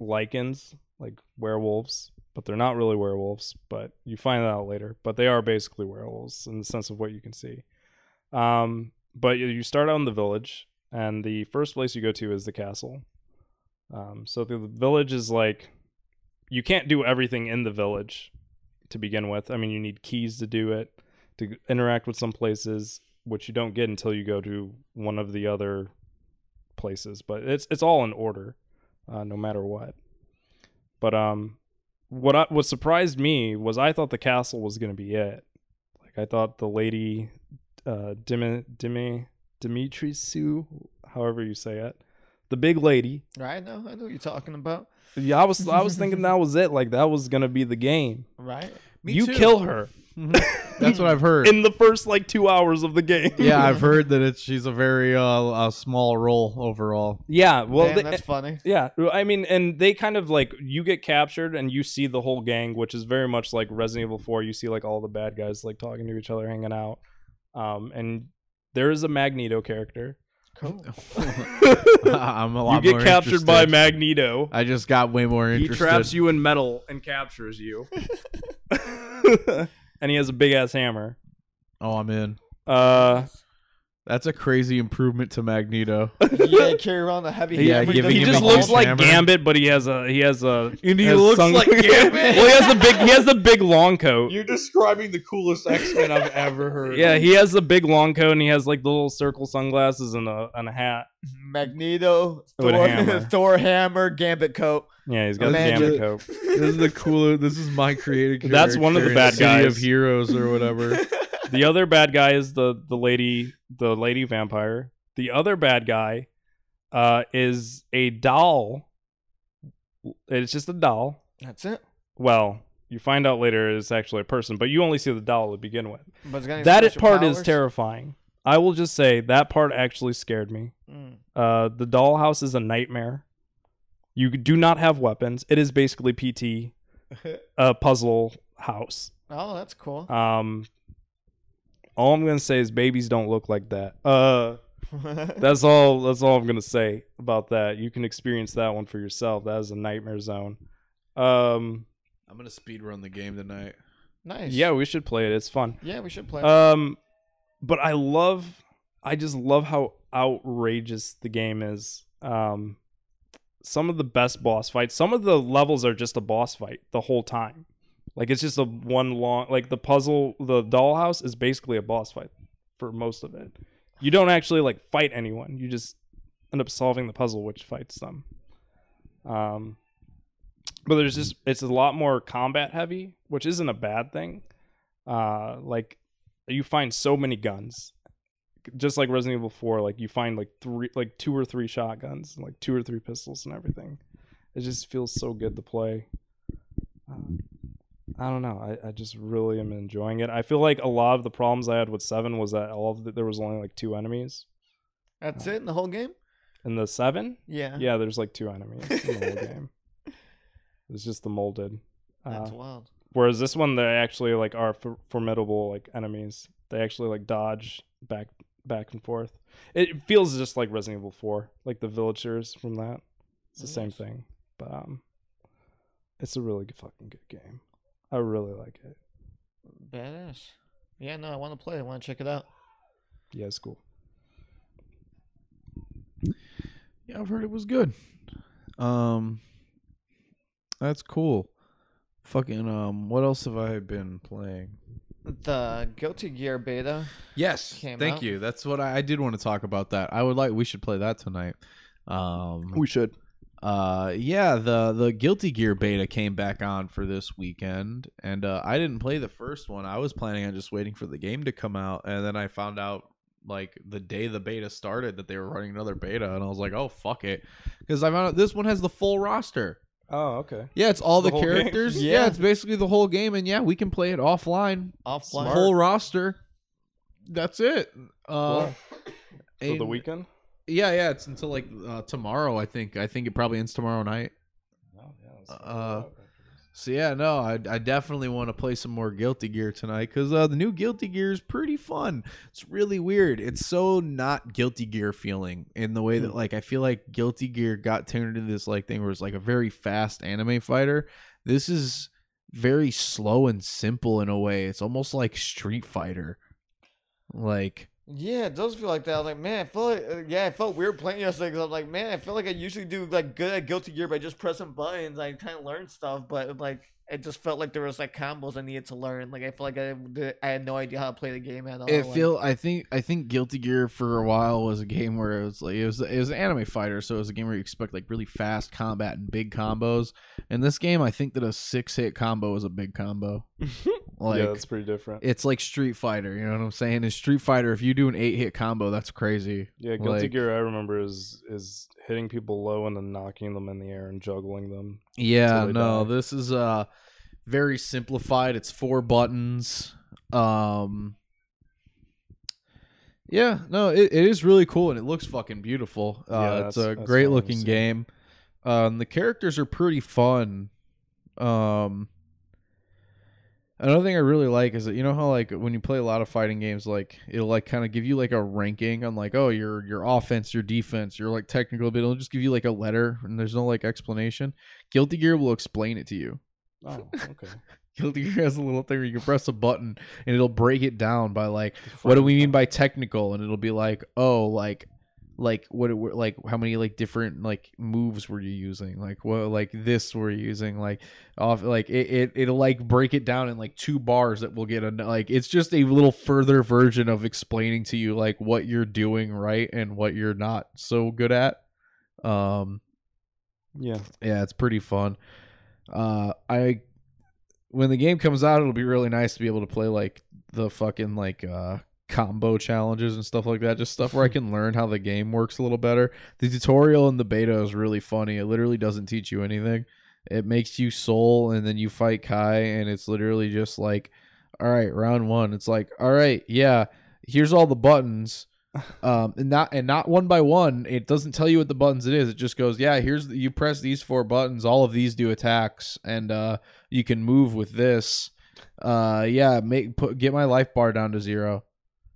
lichens, like werewolves, but they're not really werewolves. But you find that out later. But they are basically werewolves in the sense of what you can see. Um, but you- you start out in the village, and the first place you go to is the castle. Um, so the the village is like you can't do everything in the village to begin with. I mean, you need keys to do it to interact with some places, which you don't get until you go to one of the other places. But it's it's all in order, uh, no matter what. But um, what I, what surprised me was I thought the castle was gonna be it. Like I thought the lady, uh, Dimi Dimi Dimitrisou, however you say it, the big lady. Right now, I know what you're talking about. Yeah, I was I was thinking that was it. Like that was gonna be the game. Right? you kill her That's what I've heard. in the first like two hours of the game. yeah, I've heard that it's she's a very uh a small role overall. Yeah. Well, Damn, they- that's funny. yeah. well, I mean, and they kind of like you get captured and you see the whole gang, which is very much like Resident Evil Four. You see like all the bad guys like talking to each other, hanging out. Um, and there is a Magneto character. Cool. I'm a you lot get more captured by interested. Magneto. I just got way more He interested. traps you in metal and captures you. and he has a big ass hammer. Oh, I'm in. Uh, That's a crazy improvement to Magneto. yeah, carry around a heavy Yeah, hammer. giving doesn't he him just a fall. looks huge like hammer. Gambit, but he has a he has a And he has looks sung- like Gambit. well, he has the big he has the big long coat. You're describing the coolest X-Men I've ever heard. Yeah, he has the big long coat and he has like the little circle sunglasses and a and a hat. Magneto, Thor With a hammer. hammer. Thor hammer, Gambit coat. Yeah, he's got Imagine- the Gambit coat. This is the coolest. This is my creative. That's one of the character in bad City guys. of heroes or whatever. The other bad guy is the the lady the lady vampire. The other bad guy uh is a doll. It's just a doll. That's it. Well, you find out later it's actually a person, but you only see the doll to begin with. But it's got any That it- special part is powers? terrifying. I will just say that part actually scared me. Mm. Uh, the dollhouse is a nightmare. You do not have weapons. It is basically PT, a puzzle house. Oh, that's cool. Um, all I'm gonna say is babies don't look like that. Uh, that's all. That's all I'm gonna say about that. You can experience that one for yourself. That is a nightmare zone. Um, I'm gonna speed run the game tonight. nice. yeah, Uh, we should play it. It's fun. Yeah, we should play. Um, but I love, I just love how outrageous the game is. Um, some of the best boss fights. Some of the levels are just a boss fight the whole time. Like it's just a one long like the puzzle the dollhouse is basically a boss fight for most of it. You don't actually like fight anyone. You just end up solving the puzzle which fights them. Um but there's just it's a lot more combat heavy, which isn't a bad thing. Uh like you find so many guns. Just like Resident Evil 4, like you find like three like two or three shotguns and like two or three pistols and everything. It just feels so good to play. Uh, I don't know. I, I just really am enjoying it. I feel like a lot of the problems I had with seven was that all of the, there was only like two enemies. That's it in the whole game? In the seven, Yeah. Oh. yeah, there's like two enemies in the whole game. It's just the molded. Uh, That's wild. whereas this one, they actually like are for- formidable like enemies. They actually like dodge back back and forth. It feels just like Resident Evil Four, like the villagers from that. It's the same Nice. thing, but um, it's a really good, fucking good game. I really like it. Badass. Yeah, no, I want to play. I want to check it out. Yeah, it's cool. Yeah, I've heard it was good. Um, that's cool. Fucking um, what else have I been playing? The Guilty Gear beta. Yes, Came thank out. you. That's what I, I did want to talk about. That I would like. We should play that tonight. Um, should. uh, yeah, the the Guilty Gear beta came back on for this weekend, and uh, I didn't play the first one. I was planning on just waiting for the game to come out, and then I found out like the day the beta started that they were running another beta, and I was like, oh fuck it, because I found out this one has the full roster. Oh, okay. Yeah, it's all The the, whole game. characters. Yeah. Yeah. it's basically the whole game, and yeah, we can play it offline. Offline. Whole roster. That's it. Uh, Cool. For the and- weekend? Yeah, yeah. It's until like uh, tomorrow. I think. I think it probably ends tomorrow night. Uh, So yeah, no, I, I definitely want to play some more Guilty Gear tonight because uh, the new Guilty Gear is pretty fun. It's really weird. It's so not Guilty Gear feeling in the way that like I feel like Guilty Gear got turned into this like thing where it's like a very fast anime fighter. This is very slow and simple in a way. It's almost like Street Fighter. Like Yeah, it does feel like that. I was like, man, I feel like, uh, yeah, I felt weird playing yesterday because I was like, man, I feel like I usually do like good at Guilty Gear by just pressing buttons. I kind of learn stuff, but like, it just felt like there was like combos I needed to learn. Like, I feel like I, did- I had no idea how to play the game at all. it like- feel I think I think Guilty Gear for a while was a game where it was like it was it was an anime fighter, so it was a game where you expect like really fast combat and big combos. In this game, I think that a six hit combo is a big combo. Like yeah, that's pretty different. it's like Street Fighter, you know what I'm saying? In Street Fighter, if you do an eight hit combo, that's crazy. yeah, Guilty like- Gear I remember is is hitting people low and then knocking them in the air and juggling them. Yeah, Totally no, die. this is uh very simplified. It's four buttons. Um Yeah, no, it, it is really cool and it looks fucking beautiful. Yeah, Uh that's- it's that's a what I great wanna looking see. game. Um the characters are pretty fun. Um Another thing I really like is that you know how like when you play a lot of fighting games, like it'll like kind of give you like a ranking on like oh your your offense, your defense, your like technical bit. It'll just give you like a letter and there's no like explanation. Guilty Gear will explain it to you. Oh, okay. Guilty Gear has a little thing where you can press a button and it'll break it down by like what do we mean by technical, and it'll be like oh like like what it, were- like how many like different like moves were you using like what like this were you using like off like it, it it'll like break it down in like two bars that will get a like it's just a little further version of explaining to you like what you're doing right and what you're not so good at um Yeah. yeah, it's pretty fun. Uh, I when the game comes out, it'll be really nice to be able to play like the fucking like uh combo challenges and stuff like that. Just stuff where I can learn how the game works a little better. The tutorial in the beta is really funny. It literally doesn't teach you anything. It makes you soul, and then you fight Kai, and it's literally just like, all right, round one. It's like, all right, yeah, here's all the buttons um and not and not one by one it doesn't tell you what the buttons it is it just goes yeah here's the, you press these four buttons all of these do attacks and uh you can move with this uh yeah make put get my life bar down to zero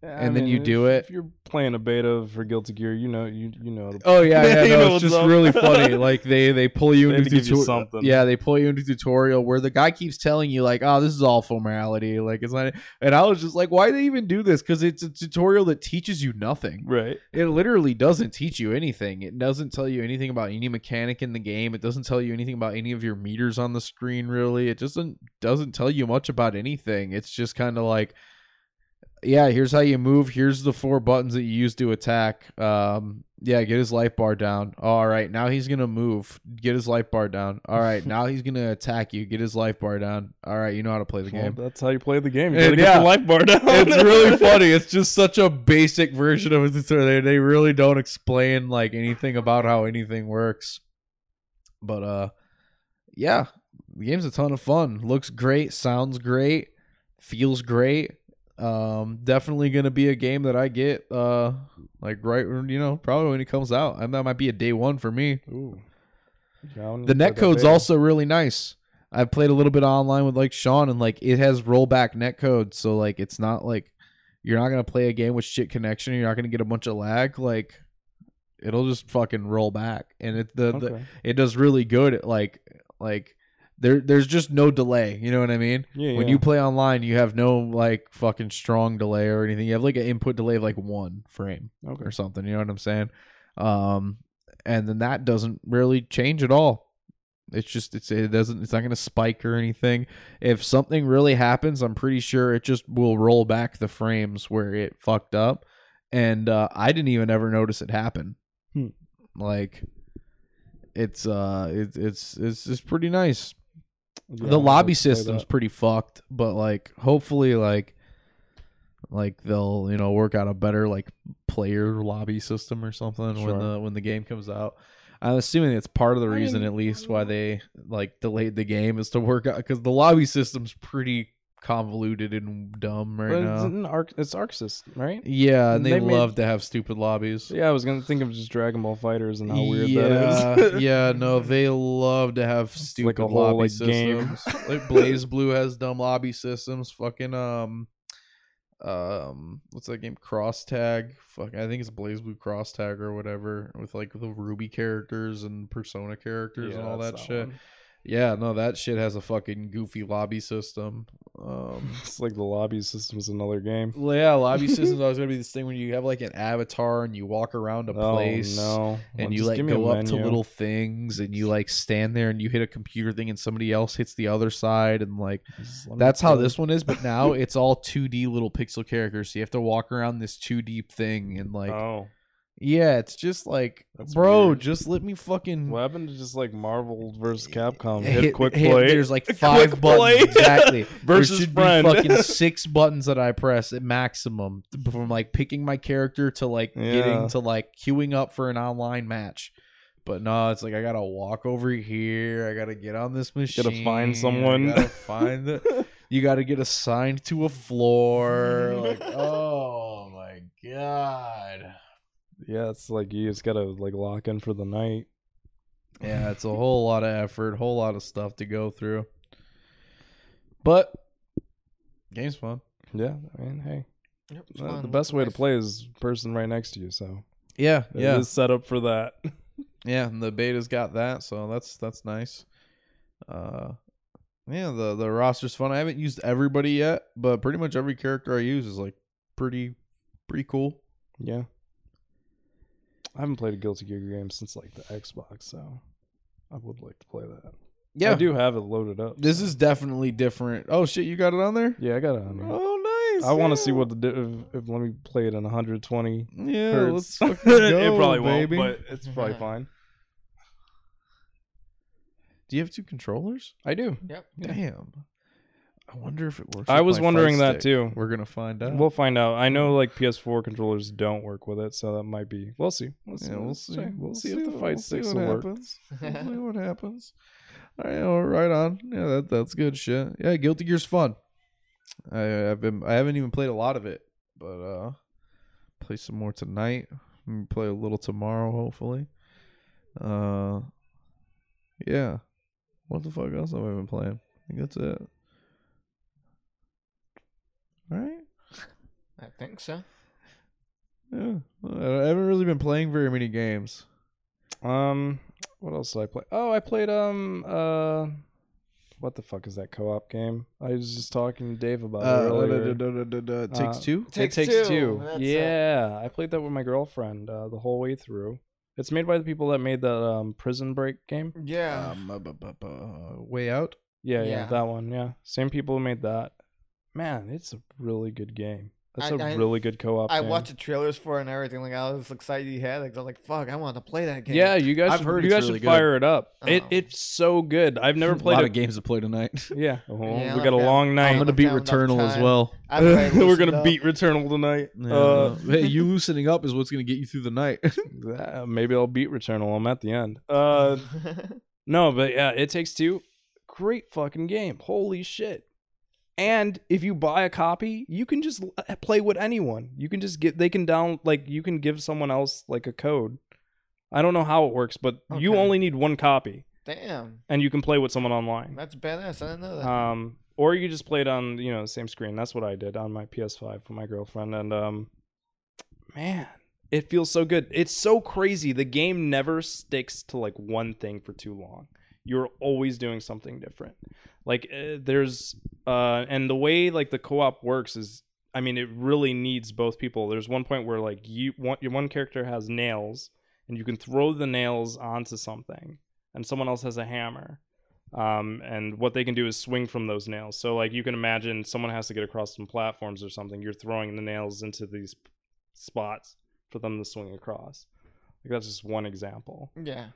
And then you do it. If you're playing a beta for Guilty Gear, you know you you know. it'll- Oh yeah, yeah. You No, know it's what's just up. really funny. Like they they pull you They into have to give you tutorial. something. Yeah, they pull you into tutorial where the guy keeps telling you like, "Oh, this is all formality." Like it's not. And I was just like, "Why do they even do this?" Because it's a tutorial that teaches you nothing. Right. It literally doesn't teach you anything. It doesn't tell you anything about any mechanic in the game. It doesn't tell you anything about any of your meters on the screen. Really, it just doesn't doesn't tell you much about anything. It's just kind of like. Yeah, here's how you move. Here's the four buttons that you use to attack. Um, yeah, get his life bar down. All right, now he's gonna move. Get his life bar down. All right, now he's gonna attack you. Get his life bar down. All right, you know how to play the Well, game. that's how you play the game. You gotta And get yeah. the life bar down. it's really funny. It's just such a basic version of it. So They they really don't explain like anything about how anything works. But uh, yeah, the game's a ton of fun. Looks great, sounds great, feels great. Um, definitely gonna be a game that I get. Uh, like right, when- you know, probably when it comes out. And that might be a day one for me. Ooh. Yeah, I don't The even play net that code's beta. also really nice. I played a little bit online with like Sean and like it has rollback net code, so like it's not like you're not gonna play a game with shit connection, you're not gonna get a bunch of lag, like it'll just fucking roll back. And it the, the Okay. it does really good at like like there there's just no delay, you know what I mean? Yeah, When yeah. you play online you have no like fucking strong delay or anything. You have like an input delay of like one frame okay. or something. You know what I'm saying? Um, and then that doesn't really change at all. It's just it's it doesn't it's not gonna spike or anything. If something really happens, I'm pretty sure it just will roll back the frames where it fucked up. And uh, I didn't even ever notice it happen. Hmm. Like it's uh it, it's it's it's pretty nice Yeah, the I'll lobby play that. system's pretty fucked, but like hopefully like like they'll you know work out a better like player lobby system or something when Sure. the when the game comes out. I'm assuming it's part of the I reason didn't- at least why they like delayed the game is to work out because the lobby system's pretty convoluted and dumb right But it's, now. an arc, it's Arxis, right? Yeah, and they, they made- love to have stupid lobbies. Yeah, I was gonna think of just Dragon Ball Fighters and how weird yeah, that is. yeah, no, they love to have stupid a whole, lobby like, game. systems. like Blaze Blue has dumb lobby systems. Fucking um, um, what's that game? Cross Tag. Fuck, I think it's Blaze Blue Cross Tag or whatever, with like the Ruby characters and Persona characters and all that's that shit. one. Yeah, no, that shit has a fucking goofy lobby system. Um, It's like the lobby system's another game. well, yeah, lobby systems always gonna be this thing when you have like an avatar and you walk around a place Oh, no. Well, and you just like give me a go up to menu. little things and you like stand there and you hit a computer thing and somebody else hits the other side and like Just let me that's how play. this one is but now it's all 2d little pixel characters so you have to walk around this 2d thing and like oh, yeah it's just like That's bro weird. just let me fucking what happened to just like Marvel versus Capcom? hit- Hit, quick hit- play there's like five Quick buttons play. exactly versus there should friend. be fucking six buttons that I press at maximum from like picking my character to like Yeah. getting to like queuing up for an online match. But no, it's like I gotta walk over here. I gotta get on this machine. find I someone. gotta find the. You gotta get assigned to a floor. Like, oh my god. yeah, it's like you just gotta like lock in for the night. Yeah, it's a whole lot of effort, whole lot of stuff to go through. But game's fun. Yeah, I mean, hey, Yep, it's uh, fun, the looks best way to nice. play is person right next to you. So Yeah, it is set up for that. Yeah, and the beta's got that, so that's that's nice. Uh yeah, the the roster's fun. I haven't used everybody yet, but pretty much every character I use is like pretty pretty cool. Yeah. I haven't played a Guilty Gear game since like the Xbox, so I would like to play that. I do have it loaded up. This is definitely different. Oh shit, you got it on there? Yeah, I got it on here. Oh nice. I want to yeah. see what the di- if, if let me play it in 120 Yeah, hertz. let's fucking go, it probably baby. won't, but it's probably fine. Do you have two controllers? I do. Yep. Damn. I wonder if it works. I with was my wondering fight that stick. too. We're gonna find out. We'll find out. I know like PS4 controllers don't work with it, so that might be. We'll see. We'll see. Yeah, we'll Let's see. try. We'll, see, if the fight what- we'll see sticks what will work. happens. We'll see what happens. All right, all right on. Yeah, that that's good shit. Yeah, Guilty Gear's fun. I, have been I haven't even played a lot of it, but uh, play some more tonight. Maybe Play a little tomorrow, hopefully. Uh, yeah. What the fuck else have I been playing? I think that's it. All right. That's think so. Yeah, I haven't really been playing very many games. Um, what else did I play? Oh, I played um uh, what the fuck is that co-op game? I was just talking to Dave about Uh, it earlier. takes Uh, two. It Takes takes Two, two. that's uh, it. Yeah, I played that with my girlfriend uh, the whole way through. It's made by the people that made the um, Prison Break game. Yeah. Um, uh, bu- bu- bu- uh, way out. Yeah, yeah, Yeah. that one. Yeah, same people who made that. Man, it's a really good game. That's I- a I- really good co-op. I game. watched the trailers for it and everything. Like I was excited you had it. 'cause I was like, "Fuck, I want to play that game." Yeah, you guys. I've should, heard you it's guys really should good. fire it up. It Oh. it's so good. I've never a played lot it. of games to play tonight. Yeah, well, Yeah, we got a okay. long night. I'm gonna beat Found enough Returnal as time. well. I played We're Loosened gonna Up. beat Returnal tonight. Yeah, Uh, hey, you loosening up is what's gonna get you through the night. uh, maybe I'll beat Returnal. I'm at the end. Uh, no, but yeah, it takes two. Great fucking game. Holy shit. And if you buy a copy, you can just l- uh, play with anyone. You can just get they can down like you can give someone else like a code. I don't know how it works, but you Okay. only need one copy Damn, and you can play with someone online. that's badass. I didn't know that. um or you just played on you know the same screen that's what i did on my ps5 with my girlfriend and um man it feels so good it's so crazy the game never sticks to like one thing for too long you're always doing something different like uh, there's uh and the way like the co-op works is i mean it really needs both people there's one point where like you one, your one character has nails and you can throw the nails onto something and someone else has a hammer um, and what they can do is swing from those nails. So like you can imagine, someone has to get across some platforms or something. You're throwing the nails into these p- spots for them to swing across. Like that's just one example. yeah.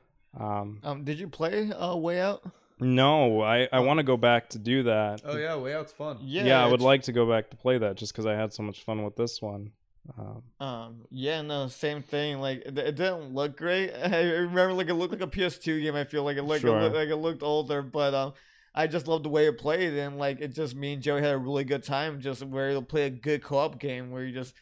Um, Um, did you play uh, Way Out? no, I I want to go back to do that. Oh, Oh, yeah, way out's fun. yeah, I would it's- like to go back to play that just because I had so much fun with this one. Um, Um, yeah, no, same thing. Like it, it didn't look great. I remember, like it looked like a PS2 game. I feel like it looked, it Sure. looked like it looked older, but um, I just loved the way it played, and like it just me and Joey had a really good time. Just where you'll play a good co-op game where you just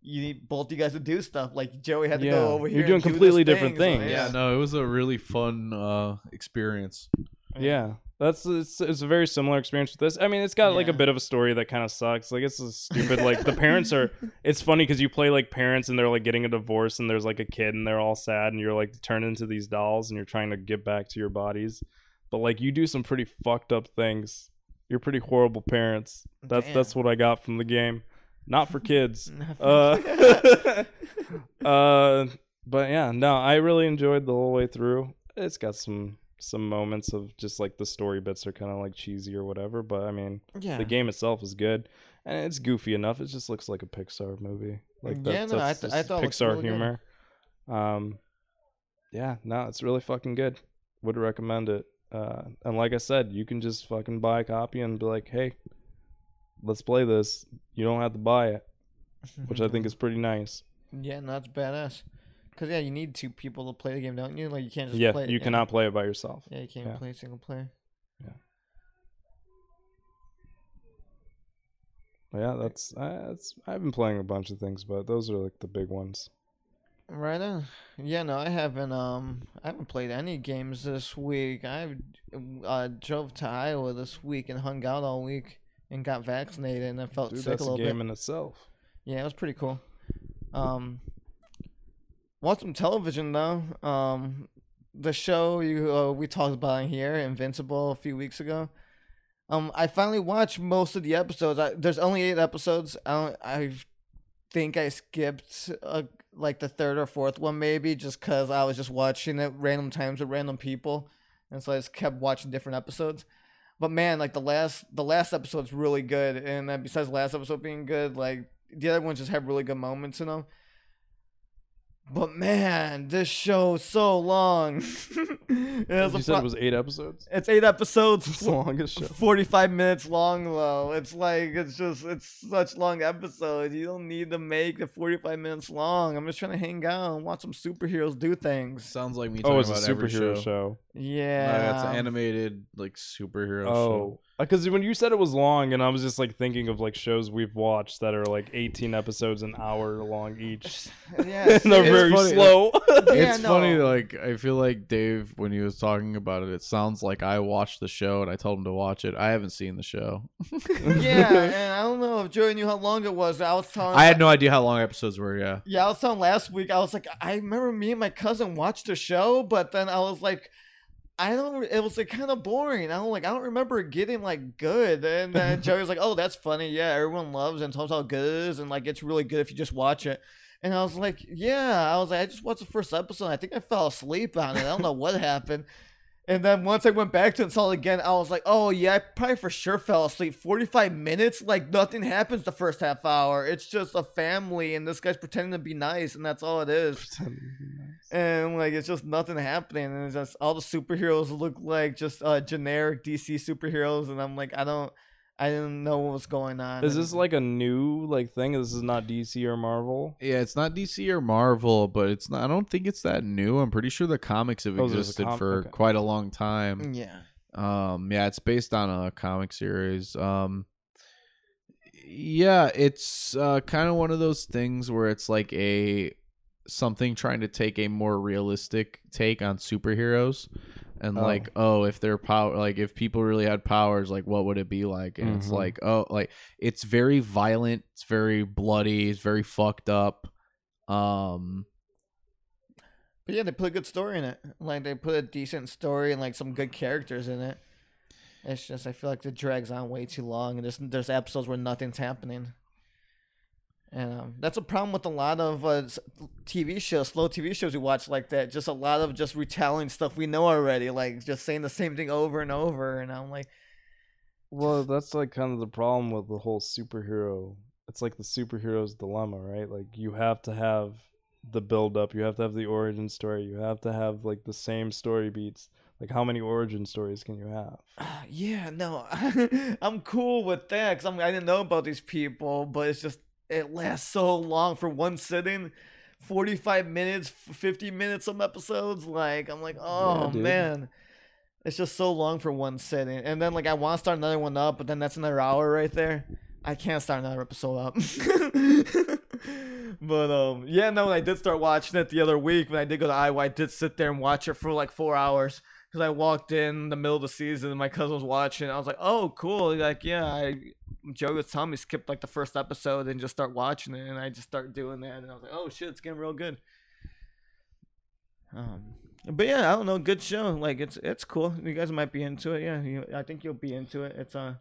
you need both you guys to do stuff. Like Joey had to Yeah, go over you're here. doing and do this completely different thing, so, things. yeah, Yeah, no, it was a really fun uh, experience. yeah, that's it's, it's a very similar experience with this. I mean, it's got like a Yeah. bit of a story that kind of sucks. Like it's a stupid. like the parents are it's funny because you play like parents and they're like getting a divorce and there's like a kid and they're all sad and you're like turned into these dolls and you're trying to get back to your bodies but like you do some pretty fucked up things you're pretty horrible parents that's Damn. that's what i got from the game not for kids Nothing. uh but yeah no i really enjoyed the whole way through it's got some some moments of just like the story bits are kind of like cheesy or whatever but i mean yeah. the game itself is good, and it's goofy enough. It just looks like a Pixar movie. Like that, Yeah, no, I that's th- just I thought it looked Pixar really good. humor. Um, yeah, no, it's really fucking good. Would recommend it. Uh, and like I said, you can just fucking buy a copy and be like, hey, let's play this. You don't have to buy it, which I think is pretty nice. yeah, no, that's badass. Cause yeah, you need two people to play the game, don't you? Like you can't just yeah, play. it, you cannot play it by yourself. Yeah, you can't Yeah. play single player. Yeah, that's uh, that's. I've been playing a bunch of things, but those are like the big ones. Right on. Yeah, no, I haven't. Um, I haven't played any games this week. I uh, drove to Iowa this week and hung out all week and got vaccinated and I felt Dude, sick that's a a little game bit. in itself. Yeah, it was pretty cool. Um, watched some television though. Um, the show you uh, we talked about in here, Invincible, a few weeks ago. Um, I finally watched most of the episodes. I, there's only eight episodes. I don't, I think I skipped uh, like the third or fourth one maybe, just cause I was just watching it random times with random people, and so I just kept watching different episodes. But man, like the last the last episode's really good, and uh, besides the last episode being good, like the other ones just have really good moments in them. But man, this show's so long. it has a you said pro- it was eight episodes. it's eight episodes. It's the longest show. 45 minutes long though it's like it's just it's such long episodes you don't need to make the 45 minutes long i'm just trying to hang out and watch some superheroes do things Sounds like me. Oh, talking it's a about every superhero show. yeah No, it's an animated like superhero Oh, Because when you said it was long, and I was just like thinking of like shows we've watched that are like 18 episodes an hour long each, yeah, and they're it's very funny. slow. Yeah, it's no. funny, like I feel like Dave when he was talking about it, it sounds like I watched the show and I told him to watch it. I haven't seen the show. yeah, and I don't know if Joey knew how long it was. I was telling I had no idea how long episodes were. Yeah, Yeah, I was telling last week, I was like, I remember me and my cousin watched the show, but then I was like, I don't, it was like kind of boring. I don't like, I don't remember it getting like good. And then Joey was like, oh, that's funny. Yeah, everyone loves it and tells how good it is. And like, it's really good if you just watch it. And I was like, yeah, I was like, I just watched the first episode. I think I fell asleep on it. I don't know what happened. And then once I went back to and saw it again, I was like, oh yeah, I probably for sure fell asleep. 45 minutes, like nothing happens the first half hour. It's just a family and this guy's pretending to be nice and that's all it is. And like it's just nothing happening. And it's just all the superheroes look like just uh, generic DC superheroes. And I'm like, I don't, I didn't know what was going on. is And- this like a new like thing? This is not DC or Marvel. yeah. It's not DC or Marvel, but it's not. I don't think it's that new. I'm pretty sure the comics have Oh, there's a existed com- for okay. quite a long time. Yeah. Um, yeah, it's based on a comic series. Um, yeah, it's uh, kind of one of those things where it's like a something trying to take a more realistic take on superheroes, and Oh. like, oh, if their power, like if people really had powers, like what would it be like? And it's Mhm. like, oh, like it's very violent, it's very bloody, it's very fucked up. Um, But yeah, they put a good story in it. Like they put a decent story and like some good characters in it. It's just I feel like it drags on way too long, and there's there's episodes where nothing's happening. And um, that's a problem with a lot of uh, s- TV shows, slow TV shows we watch like that. Just a lot of just retelling stuff we know already, like just saying the same thing over and over. And I'm like, Well, that's like kind of the problem with the whole superhero. It's like the superhero's dilemma, right? Like you have to have the build up, you have to have the origin story, you have to have like the same story beats. Like how many origin stories can you have? "Ah, yeah, no, I'm cool with that because I didn't know about these people, but it's just it lasts so long for one sitting, forty five minutes, f- fifty minutes, some episodes. Like I'm like, oh dude. man, it's just so long for one sitting, and then like I want to start another one up, but then that's another hour right there. I can't start another episode up. but um, yeah, no, I did start watching it the other week when I did go to Iowa. I did sit there and watch it for like four hours because I walked in the middle of the season and my cousin was watching. I was like, "Oh, cool!" Like, yeah, I Joey was telling me skip like the first episode and just start watching it, and I just start doing that, and I was like, "Oh shit, it's getting real good." Um, but yeah, I don't know, good show. Like, it's it's cool. You guys might be into it. Yeah, you, I think you'll be into it. It's uh,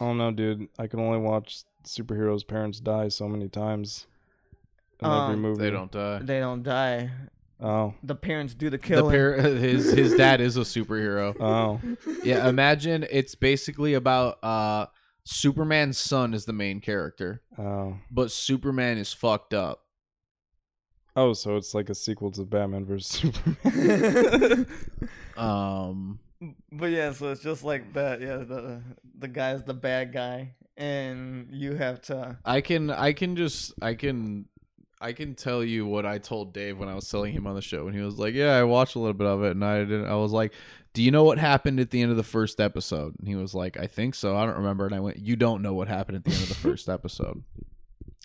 I don't know, dude. I can only watch superheroes' parents die so many times in every Um, movie. they don't die. they don't die. Oh, The parents do the The killing. par- his his dad is a superhero. oh, yeah imagine it's basically about uh superman's son is the main character oh, but superman is fucked up oh. So it's like a sequel to Batman versus Superman. um But yeah, so it's just like that. Yeah, the the guy's the bad guy, and you have to. i can i can just i can i can tell you what i told dave when i was telling him on the show and he was like yeah i watched a little bit of it and i didn't i was like do you know what happened at the end of the first episode and he was like i think so i don't remember and i went you don't know what happened at the end of the first episode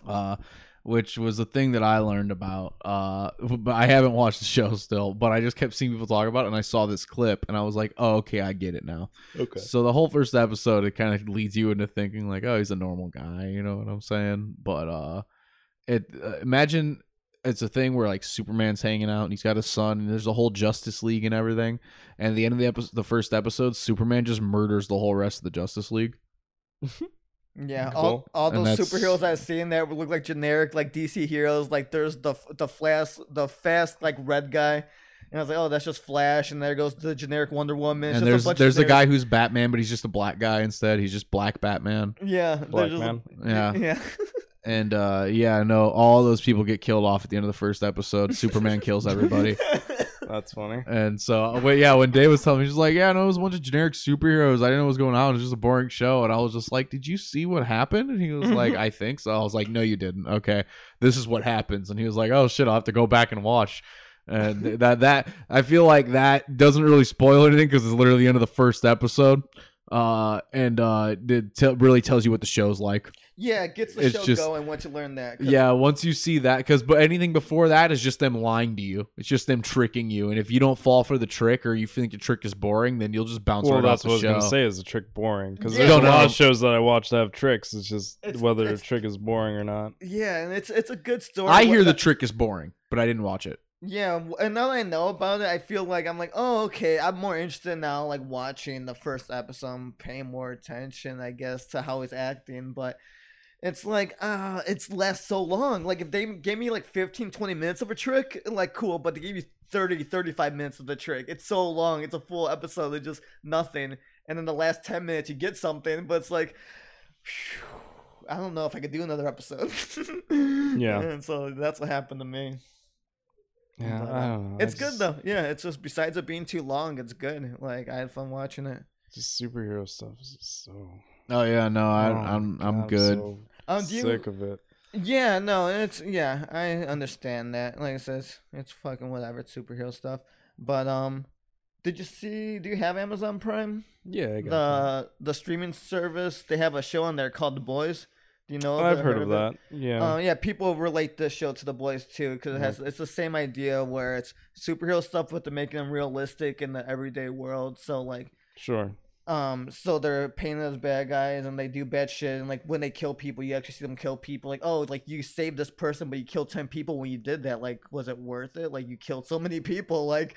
uh which was the thing that I learned about. Uh, but I haven't watched the show still, but I just kept seeing people talk about it, and I saw this clip, and I was like, "Oh, okay, I get it now." okay. So the whole first episode, it kind of leads you into thinking like, "Oh, he's a normal guy," you know what I'm saying? But uh, it uh, imagine it's a thing where like Superman's hanging out, and he's got a son, and there's a whole Justice League and everything. And at the end of the episode, the first episode, Superman just murders the whole rest of the Justice League. Yeah, Cool. all, all And those that's- superheroes I've seen that look like generic like DC heroes. Like there's the the flash, the fast like red guy, and I was like, oh, that's just Flash. And there goes the generic Wonder Woman. It's and just there's a bunch there's of a guy who's Batman, but he's just a black guy instead. He's just Black Batman. generic- Yeah, they're Black just- man. Yeah. yeah. And uh yeah, no, all those people get killed off at the end of the first episode. Superman kills everybody. That's funny. And so but yeah, when Dave was telling me, he's like, Yeah, no, it was a bunch of generic superheroes. I didn't know what was going on. It was just a boring show. And I was just like, Did you see what happened? And he was like, I think so. I was like, No, you didn't. Okay. This is what happens. And he was like, Oh shit, I'll have to go back and watch. And that that I feel like that doesn't really spoil anything because it's literally the end of the first episode. uh, and uh, it te- really tells you what the show's like. Yeah, it gets the It's show just- going once you learn that. 'cause Yeah, once you see that, because but anything before that is just them lying to you. It's just them tricking you, and if you don't fall for the trick or you think the trick is boring, then you'll just bounce well, right that's off the what I was show. gonna say. Is the trick boring? Because Yeah. there's No, a lot no. of shows that I watch that have tricks. It's just It's- whether it's- a trick is boring or not. Yeah, and it's it's a good story. I What hear the trick is boring, but I didn't watch it. Yeah, w- and now that I know about it, I feel like I'm like, oh, okay. I'm more interested now, like watching the first episode, I'm paying more attention, I guess, to how he's acting. But it's like, ah, it's lasts so long. Like, if they gave me like 15, 20 minutes of a trick, like, cool. But they gave you 30, 35 minutes of the trick. It's so long. It's a full episode of just nothing. And then the last 10 minutes, you get something, but it's like, phew, I don't know if I could do another episode. Yeah. And so that's what happened to me. Yeah, But, I don't know. I It's good just- though. Yeah, it's just besides it being too long, it's good. Like I had fun watching it. Just superhero stuff is just so. Oh yeah, no, I, Oh, I'm God, I'm good. so Um, do you? sick of it. Yeah, no, it's yeah. I understand that. Like I says, it's fucking whatever. It's superhero stuff. But um, did you see? Do you have Amazon Prime? Yeah, I got that. The the streaming service. They have a show on there called The Boys. Do you know? of I've it or heard of it? that. Yeah. Uh, yeah, people relate this show to the boys too because it has it's the same idea where it's superhero stuff, but they're making them realistic in the everyday world. So like sure. Um, so they're painted as bad guys and they do bad shit. And like when they kill people, you actually see them kill people. Like, oh, like you saved this person, but you killed 10 people when you did that. Like, was it worth it? Like, you killed so many people. Like,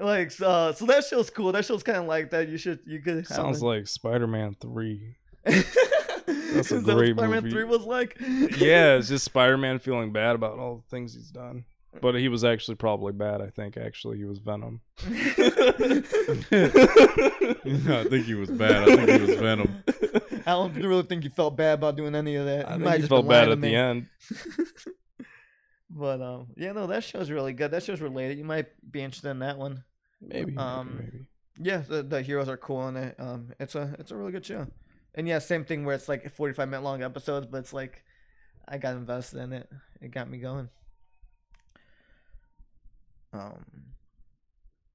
like, so, uh, so that show's cool. That show's kind of like that. You should, you could. have Sounds it. like Spider-Man Three. That's a Is that what great Spider-Man movie. 3 was like? yeah, it's just Spider-Man feeling bad about all the things he's done. But he was actually probably bad. I think actually he was Venom. I think he was bad. I think he was Venom. I don't really think he felt bad about doing any of that. I He think might he just felt been lying bad to at me. the end. But um, yeah, no, that show's really good. That show's related. You might be interested in that one. Maybe. Um, maybe, maybe. Yeah, the, the heroes are cool in it. Um, it's a it's a really good show. And yeah, same thing where it's like forty five minute long episodes, but it's like I got invested in it. It got me going. Um,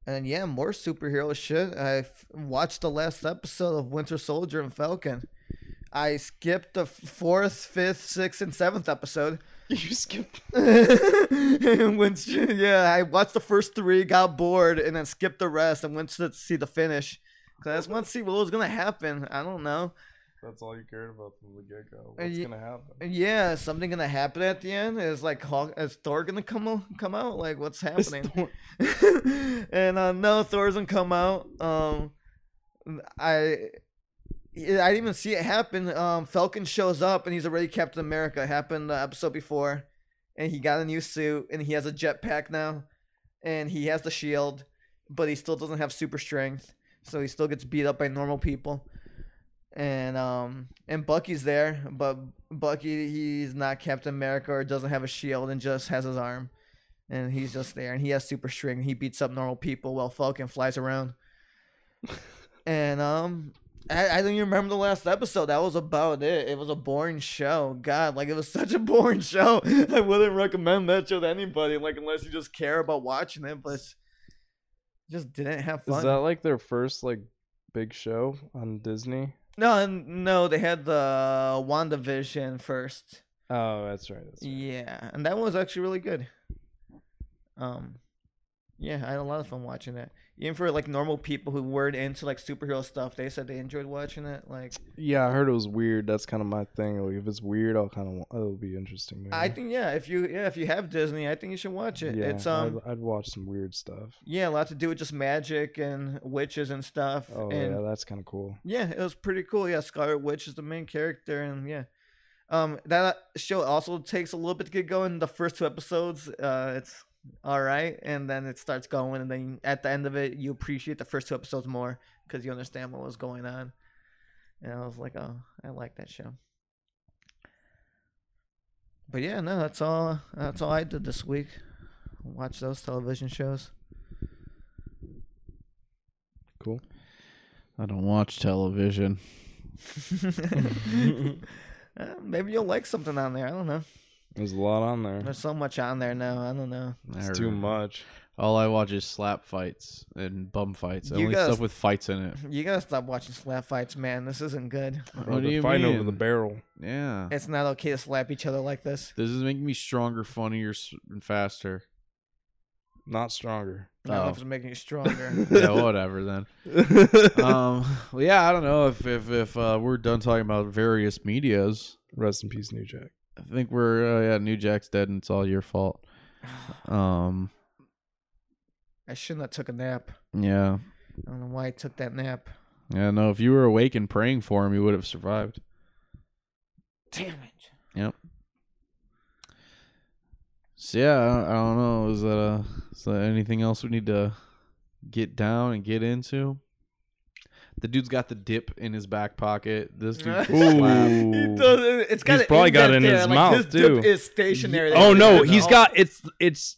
and yeah, more superhero shit. I f- watched the last episode of Winter Soldier and Falcon. I skipped the f- fourth, fifth, sixth, and seventh episode. You skipped. and went to- yeah, I watched the first three, got bored, and then skipped the rest and went to see the finish. Cause I just want to see what was gonna happen. I don't know. That's all you cared about from the get-go. What's ye- gonna happen? Yeah, is something gonna happen at the end. Is like Hulk, is Thor gonna come o- come out? Like what's happening? and uh, no, Thor doesn't come out. Um, I. I didn't even see it happen. Um, Falcon shows up and he's already Captain America. It happened the episode before, and he got a new suit and he has a jetpack now, and he has the shield, but he still doesn't have super strength, so he still gets beat up by normal people. And um, and Bucky's there, but Bucky he's not Captain America or doesn't have a shield and just has his arm and he's just there and he has super strength he beats up normal people while falcon flies around and um I, I don't even remember the last episode that was about it it was a boring show god like it was such a boring show i wouldn't recommend that show to anybody like unless you just care about watching it but it's- just didn't have fun Is that like their first like big show on Disney? no n- no they had the wandavision first Oh, that's right. That's right. Yeah, and that was actually really good. Um, yeah, I had a lot of fun watching that. Even for like normal people who weren't into like superhero stuff, they said they enjoyed watching it. Like, Yeah, I heard it was weird. That's kind of my thing. Like, if it's weird, I'll kind of it'll be interesting. I maybe. think yeah, if you yeah if you have Disney, I think you should watch it. Yeah, it's um I'd, I'd watch some weird stuff. yeah, a lot to do with just magic and witches and stuff. Oh and yeah, that's kind of cool. Yeah, it was pretty cool. Yeah, Scarlet Witch is the main character, and yeah, um, that show also takes a little bit to get going. The first two episodes, uh, it's all right, and then it starts going, and then at the end of it, you appreciate the first two episodes more because you understand what was going on. And I was like, oh, I like that show. But yeah, no, that's all. That's all I did this week. Watch those television shows. Cool. I don't watch television. Uh, Maybe you'll like something on there. I don't know. There's a lot on there. There's so much on there now. I don't know. It's too much. All I watch is slap fights and bum fights. You Only guys- stuff with fights in it. You gotta stop watching slap fights, man. This isn't good. Bro, What do they're you fighting over the mean? barrel. Yeah. It's not okay to slap each other like this. This is making me stronger, funnier, s- and faster. Not stronger. I don't know Oh. if it's making you stronger. yeah, whatever then. Um, well, yeah, I don't know if if if uh, we're done talking about various medias. Rest in peace, New Jack. I think we're uh, yeah, New Jack's dead, and it's all your fault. Um, I shouldn't have took a nap. yeah, I don't know why I took that nap. yeah. No, if you were awake and praying for him, you would have survived. Damn So yeah, I don't, I don't know. Is that uh, is that anything else we need to get down and get into? The dude's got the dip in his back pocket. This dude. Ooh. slapped. it! He does, it- it's got He's an probably got indent it in there, his like, mouth, his too. Dip is stationary. there. Oh no, It's he's all- got it's it's.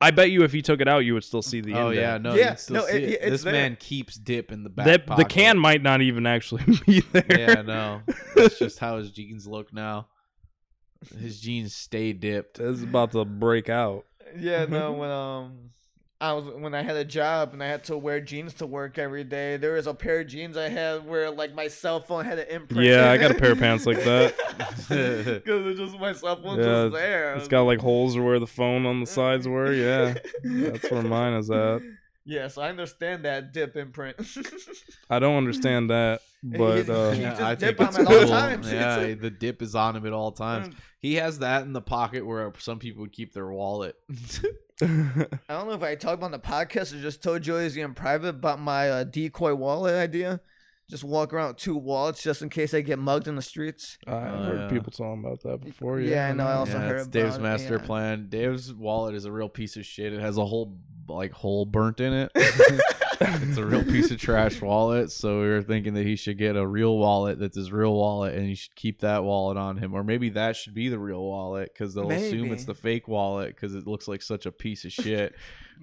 I bet you if he took it out, you would still see the. Oh indent. yeah, no, Yeah, yeah, still no, see it- it. it's this there. man keeps dip in the back. That the pocket. can might not even actually be there. yeah, no, that's just how his jeans look now. His jeans stay dipped. This is about to break out. Yeah, Mm-hmm. no. When um, I was when I had a job and I had to wear jeans to work every day. There was a pair of jeans I had where like my cell phone had an imprint. Yeah, in I got a it. pair of pants like that. Because it's just my cell phone Yeah, just there. It's got like holes where the phone on the sides were. Yeah, that's where mine is at. Yes, I understand that dip imprint. I don't understand that, but He's- uh, he's- Yeah, just I dip think on it's him at all cool. times. Mm. Yeah, the dip is on him at all times. He has that in the pocket where some people would keep their wallet. I don't know if I talked about it on the podcast or just told Joyzy in private about my uh, decoy wallet idea. Just walk around with two wallets just in case I get mugged in the streets. I heard Oh, yeah. people talking about that before. Yeah, Yeah, I know, I also- yeah, heard it's Dave's about it, master yeah. plan. Dave's wallet is a real piece of shit. It has a whole like hole burnt in it. it's a real piece of trash wallet. So we were thinking that he should get a real wallet that's his real wallet, and he should keep that wallet on him, or maybe that should be the real wallet because they'll assume Maybe. it's the fake wallet because it looks like such a piece of shit.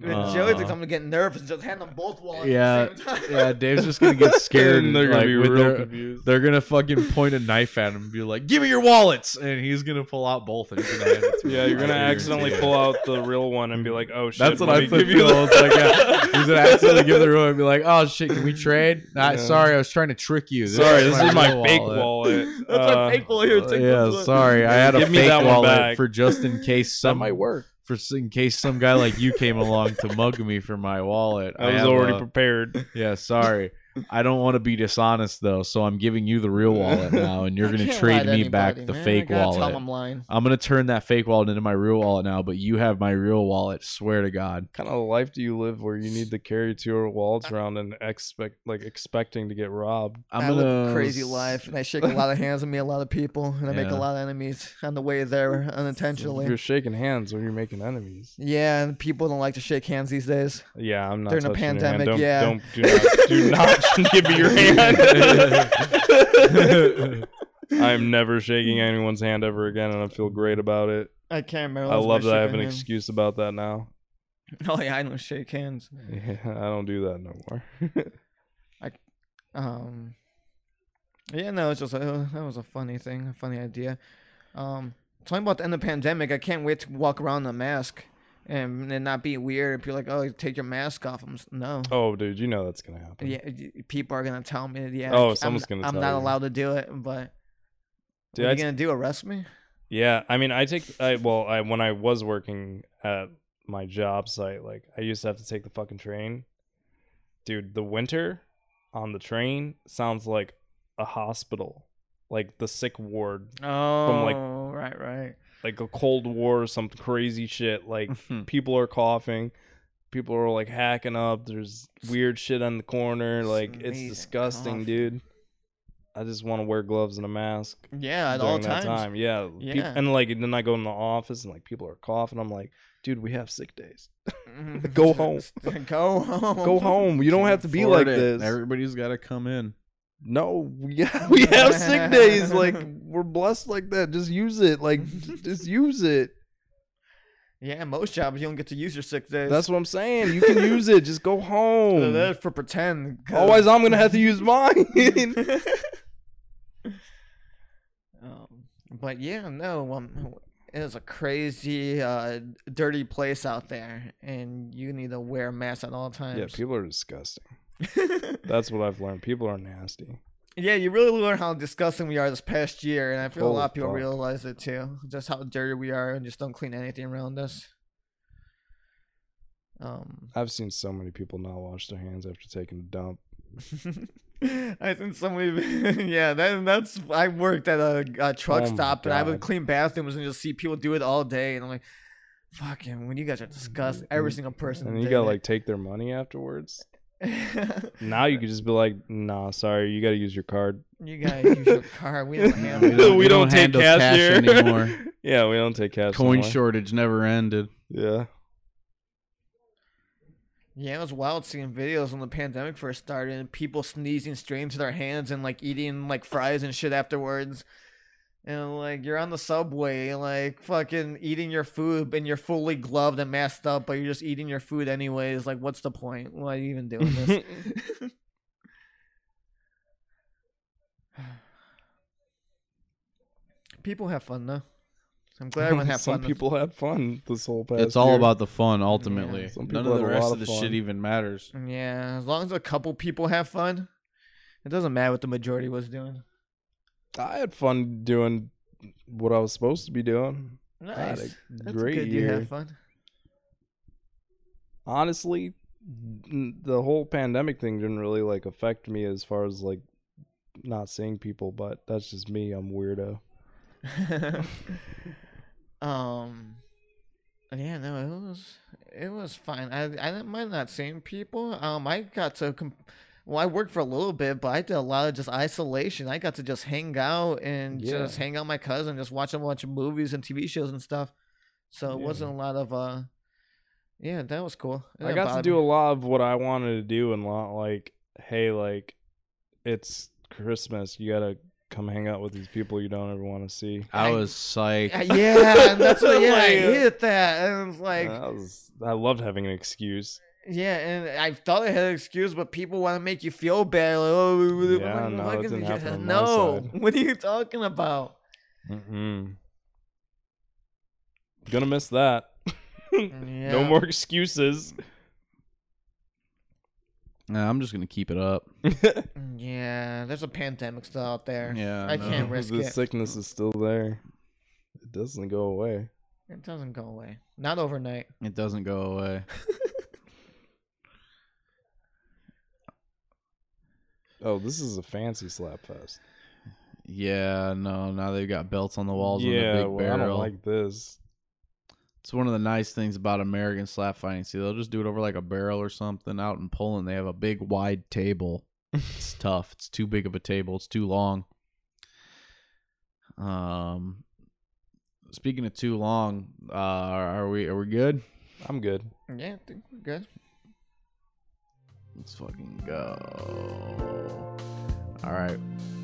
And Joey thinks Uh, I'm gonna get nervous and just hand them both wallets yeah, at the same time. yeah, Dave's just gonna get scared. And and, they're gonna like, be with real their- confused. they're gonna fucking point a knife at him and be like, "Give me your wallets!" And he's gonna pull out both. And he's gonna hand it to Yeah, him. you're gonna I accidentally guarantee pull out it. the real one and be like, "Oh shit!" That's what let I me put give you. you. It's like, yeah, he's gonna accidentally give the room and be like, "Oh shit, can we trade?" Nah, Yeah. Sorry, I was trying to trick you. Sorry, this is my real fake wallet. That's Uh, our fake wallet here. Uh, Take this yeah, one. sorry, I had a Give me fake that one wallet back. for just in case That some might work. for s- in case some guy like you came along to mug me for my wallet. I was have already a- prepared. Yeah, sorry. I don't want to be dishonest though, so I'm giving you the real wallet now, and you're I gonna can't lie trade to me back anybody, the man. I fake gotta Tell wallet. them I'm lying. I'm gonna turn that fake wallet into my real wallet now, but you have my real wallet. Swear to God. kind of life do you live where you need to carry two Uh-huh. wallets around and expect like expecting to get robbed? I'm I gonna live a crazy life, and I shake a lot of hands and meet a lot of people, and I make a Yeah. lot of enemies on the way there You're unintentionally. shaking hands when you're making enemies. Yeah, and people don't like to shake hands these days. Yeah, I'm not. During a touching your hand. pandemic, Don't, yeah. Don't do not, do not give me your hand. I'm never shaking anyone's hand ever again, and I feel great about it. I can't remember. I last time love that I shook have a an hand. excuse about that now. Oh yeah, I don't shake hands. Yeah, I don't do that no more. Um, yeah, no, it's just uh, that was a funny thing, a funny idea. Um, talking about the end of the pandemic, I can't wait to walk around in a mask and, and not be weird. People are like, oh, you take your mask off. I'm s- no. oh, dude, you know that's gonna happen. Yeah, y- people are gonna tell me. Yeah. Oh, I'm- someone's gonna I'm tell not you. allowed to do it, but. Dude, what are I you gonna do? Arrest me? Yeah, I mean, I take I well, I when I was working at my job site, like I used to have to take the fucking train. Dude, the winter on the train sounds like a hospital, like the sick ward, Oh, like- right, right. like a cold war or some crazy shit. Like Mm-hmm. people are coughing, people are like hacking up. There's weird shit on the corner. Like it's Sneezing, disgusting, coughing. dude. I just want to wear gloves and a mask Yeah, at during all that times. time. Yeah. peop- Yeah. and like then I go in the office and like people are coughing. I'm like, dude, we have sick days. Mhm. Go home. Go home. Go home. You don't have to be like this. Everybody's gotta come in. no, yeah, we have sick days. Like we're blessed like that. Just use it. Like j- just use it. Yeah, most jobs you don't get to use your sick days. That's what I'm saying. You can use it. Just go So home. that's for pretend. 'cause- Otherwise, I'm gonna have to use mine. um, but yeah, no. Um, It is a crazy, uh, dirty place out there, and you need to wear a mask at all Yeah, times. people are disgusting. Yeah, That's what I've learned. People are nasty. you really learn how disgusting we are this past year, and I feel a Holy lot of people fuck. realize it too. Just how dirty we are, and just don't clean anything around us. Um, I've seen so many people not wash their hands after taking a dump. I think somebody, yeah, that, that's. I worked at a, a truck Oh my stop, and I would God. clean bathrooms and just see people do it all day, and I'm like, "Fucking, when you guys are disgusting, every And- single person." Mm-hmm. And you did gotta it." like take their money afterwards. Now you could just be like, nah, sorry, you gotta use your card. you guys use your car. We don't have We that. don't- we don't handle cash anymore. yeah, we don't take cash. Coin anymore. shortage never ended. Yeah. Yeah, it was wild seeing videos when the pandemic first started and people sneezing straight into their hands and like eating like fries and shit afterwards. And like you're on the subway, like fucking eating your food and you're fully gloved and masked up, but you're just eating your food anyways. Like, what's the point? Why are you even doing this? people have fun though. I'm glad everyone had Some fun. people had fun this whole past It's all year. about the fun ultimately. Some None people of the have a rest lot of the of shit fun. even matters. Yeah, as long as a couple people have fun, it doesn't matter what the majority was doing. I had fun doing what I was supposed to be doing. I had Nice. a That's great good you year. have fun. Honestly, n- the whole pandemic thing didn't really like affect me as far as like not seeing people, but that's just me. I'm weirdo. um, yeah, no, it was it was fine. I I didn't mind not seeing people. Um, I got to com- well, I worked for a little bit, but I did a lot of just isolation. I got to just hang out and Yeah. just hang out with my cousin, just watch him watch movies and TV shows and stuff. So it Yeah. wasn't a lot of uh, yeah, that was cool. It I didn't got to bother do me. a lot of what I wanted to do and lot like, hey, like it's Christmas. You gotta come hang out with these people you don't ever want to see. I I- was psyched. Uh, yeah, and that's what yeah, I Like, uh, hit that. And it's like I, was, I loved having an excuse. yeah, and I thought I had an excuse, but people want to make you feel bad. Like, oh, we- we- we- Yeah, we- no, we- that didn't we- happen on my no. side. What are you talking about? Mm-hmm. Mm-mm. Gonna miss that. No Yeah. more excuses. Nah, I'm just gonna keep it up. Yeah, there's a pandemic still out there. Yeah, I no. can't risk the it. sickness is still there. It doesn't go away. It doesn't go away. Not overnight. It doesn't go away. Oh, this is a fancy slap fest. Yeah, no. Now they've got belts on the walls yeah, and a big well, I barrel. don't like this. It's one of the nice things about American slap fighting. See, they'll just do it over like a barrel or something. Out in Poland, they have a big wide table. it's tough. It's too big of a table. It's too long. Um, speaking of too long, uh, are we are we good? I'm good. Yeah, I think we're good. Let's fucking go. All right,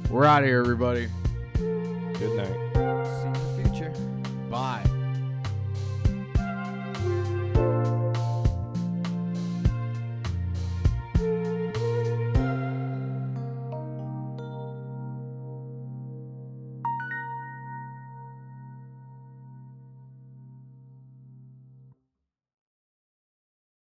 we're out of here, everybody. Good night. See you in the future. Bye.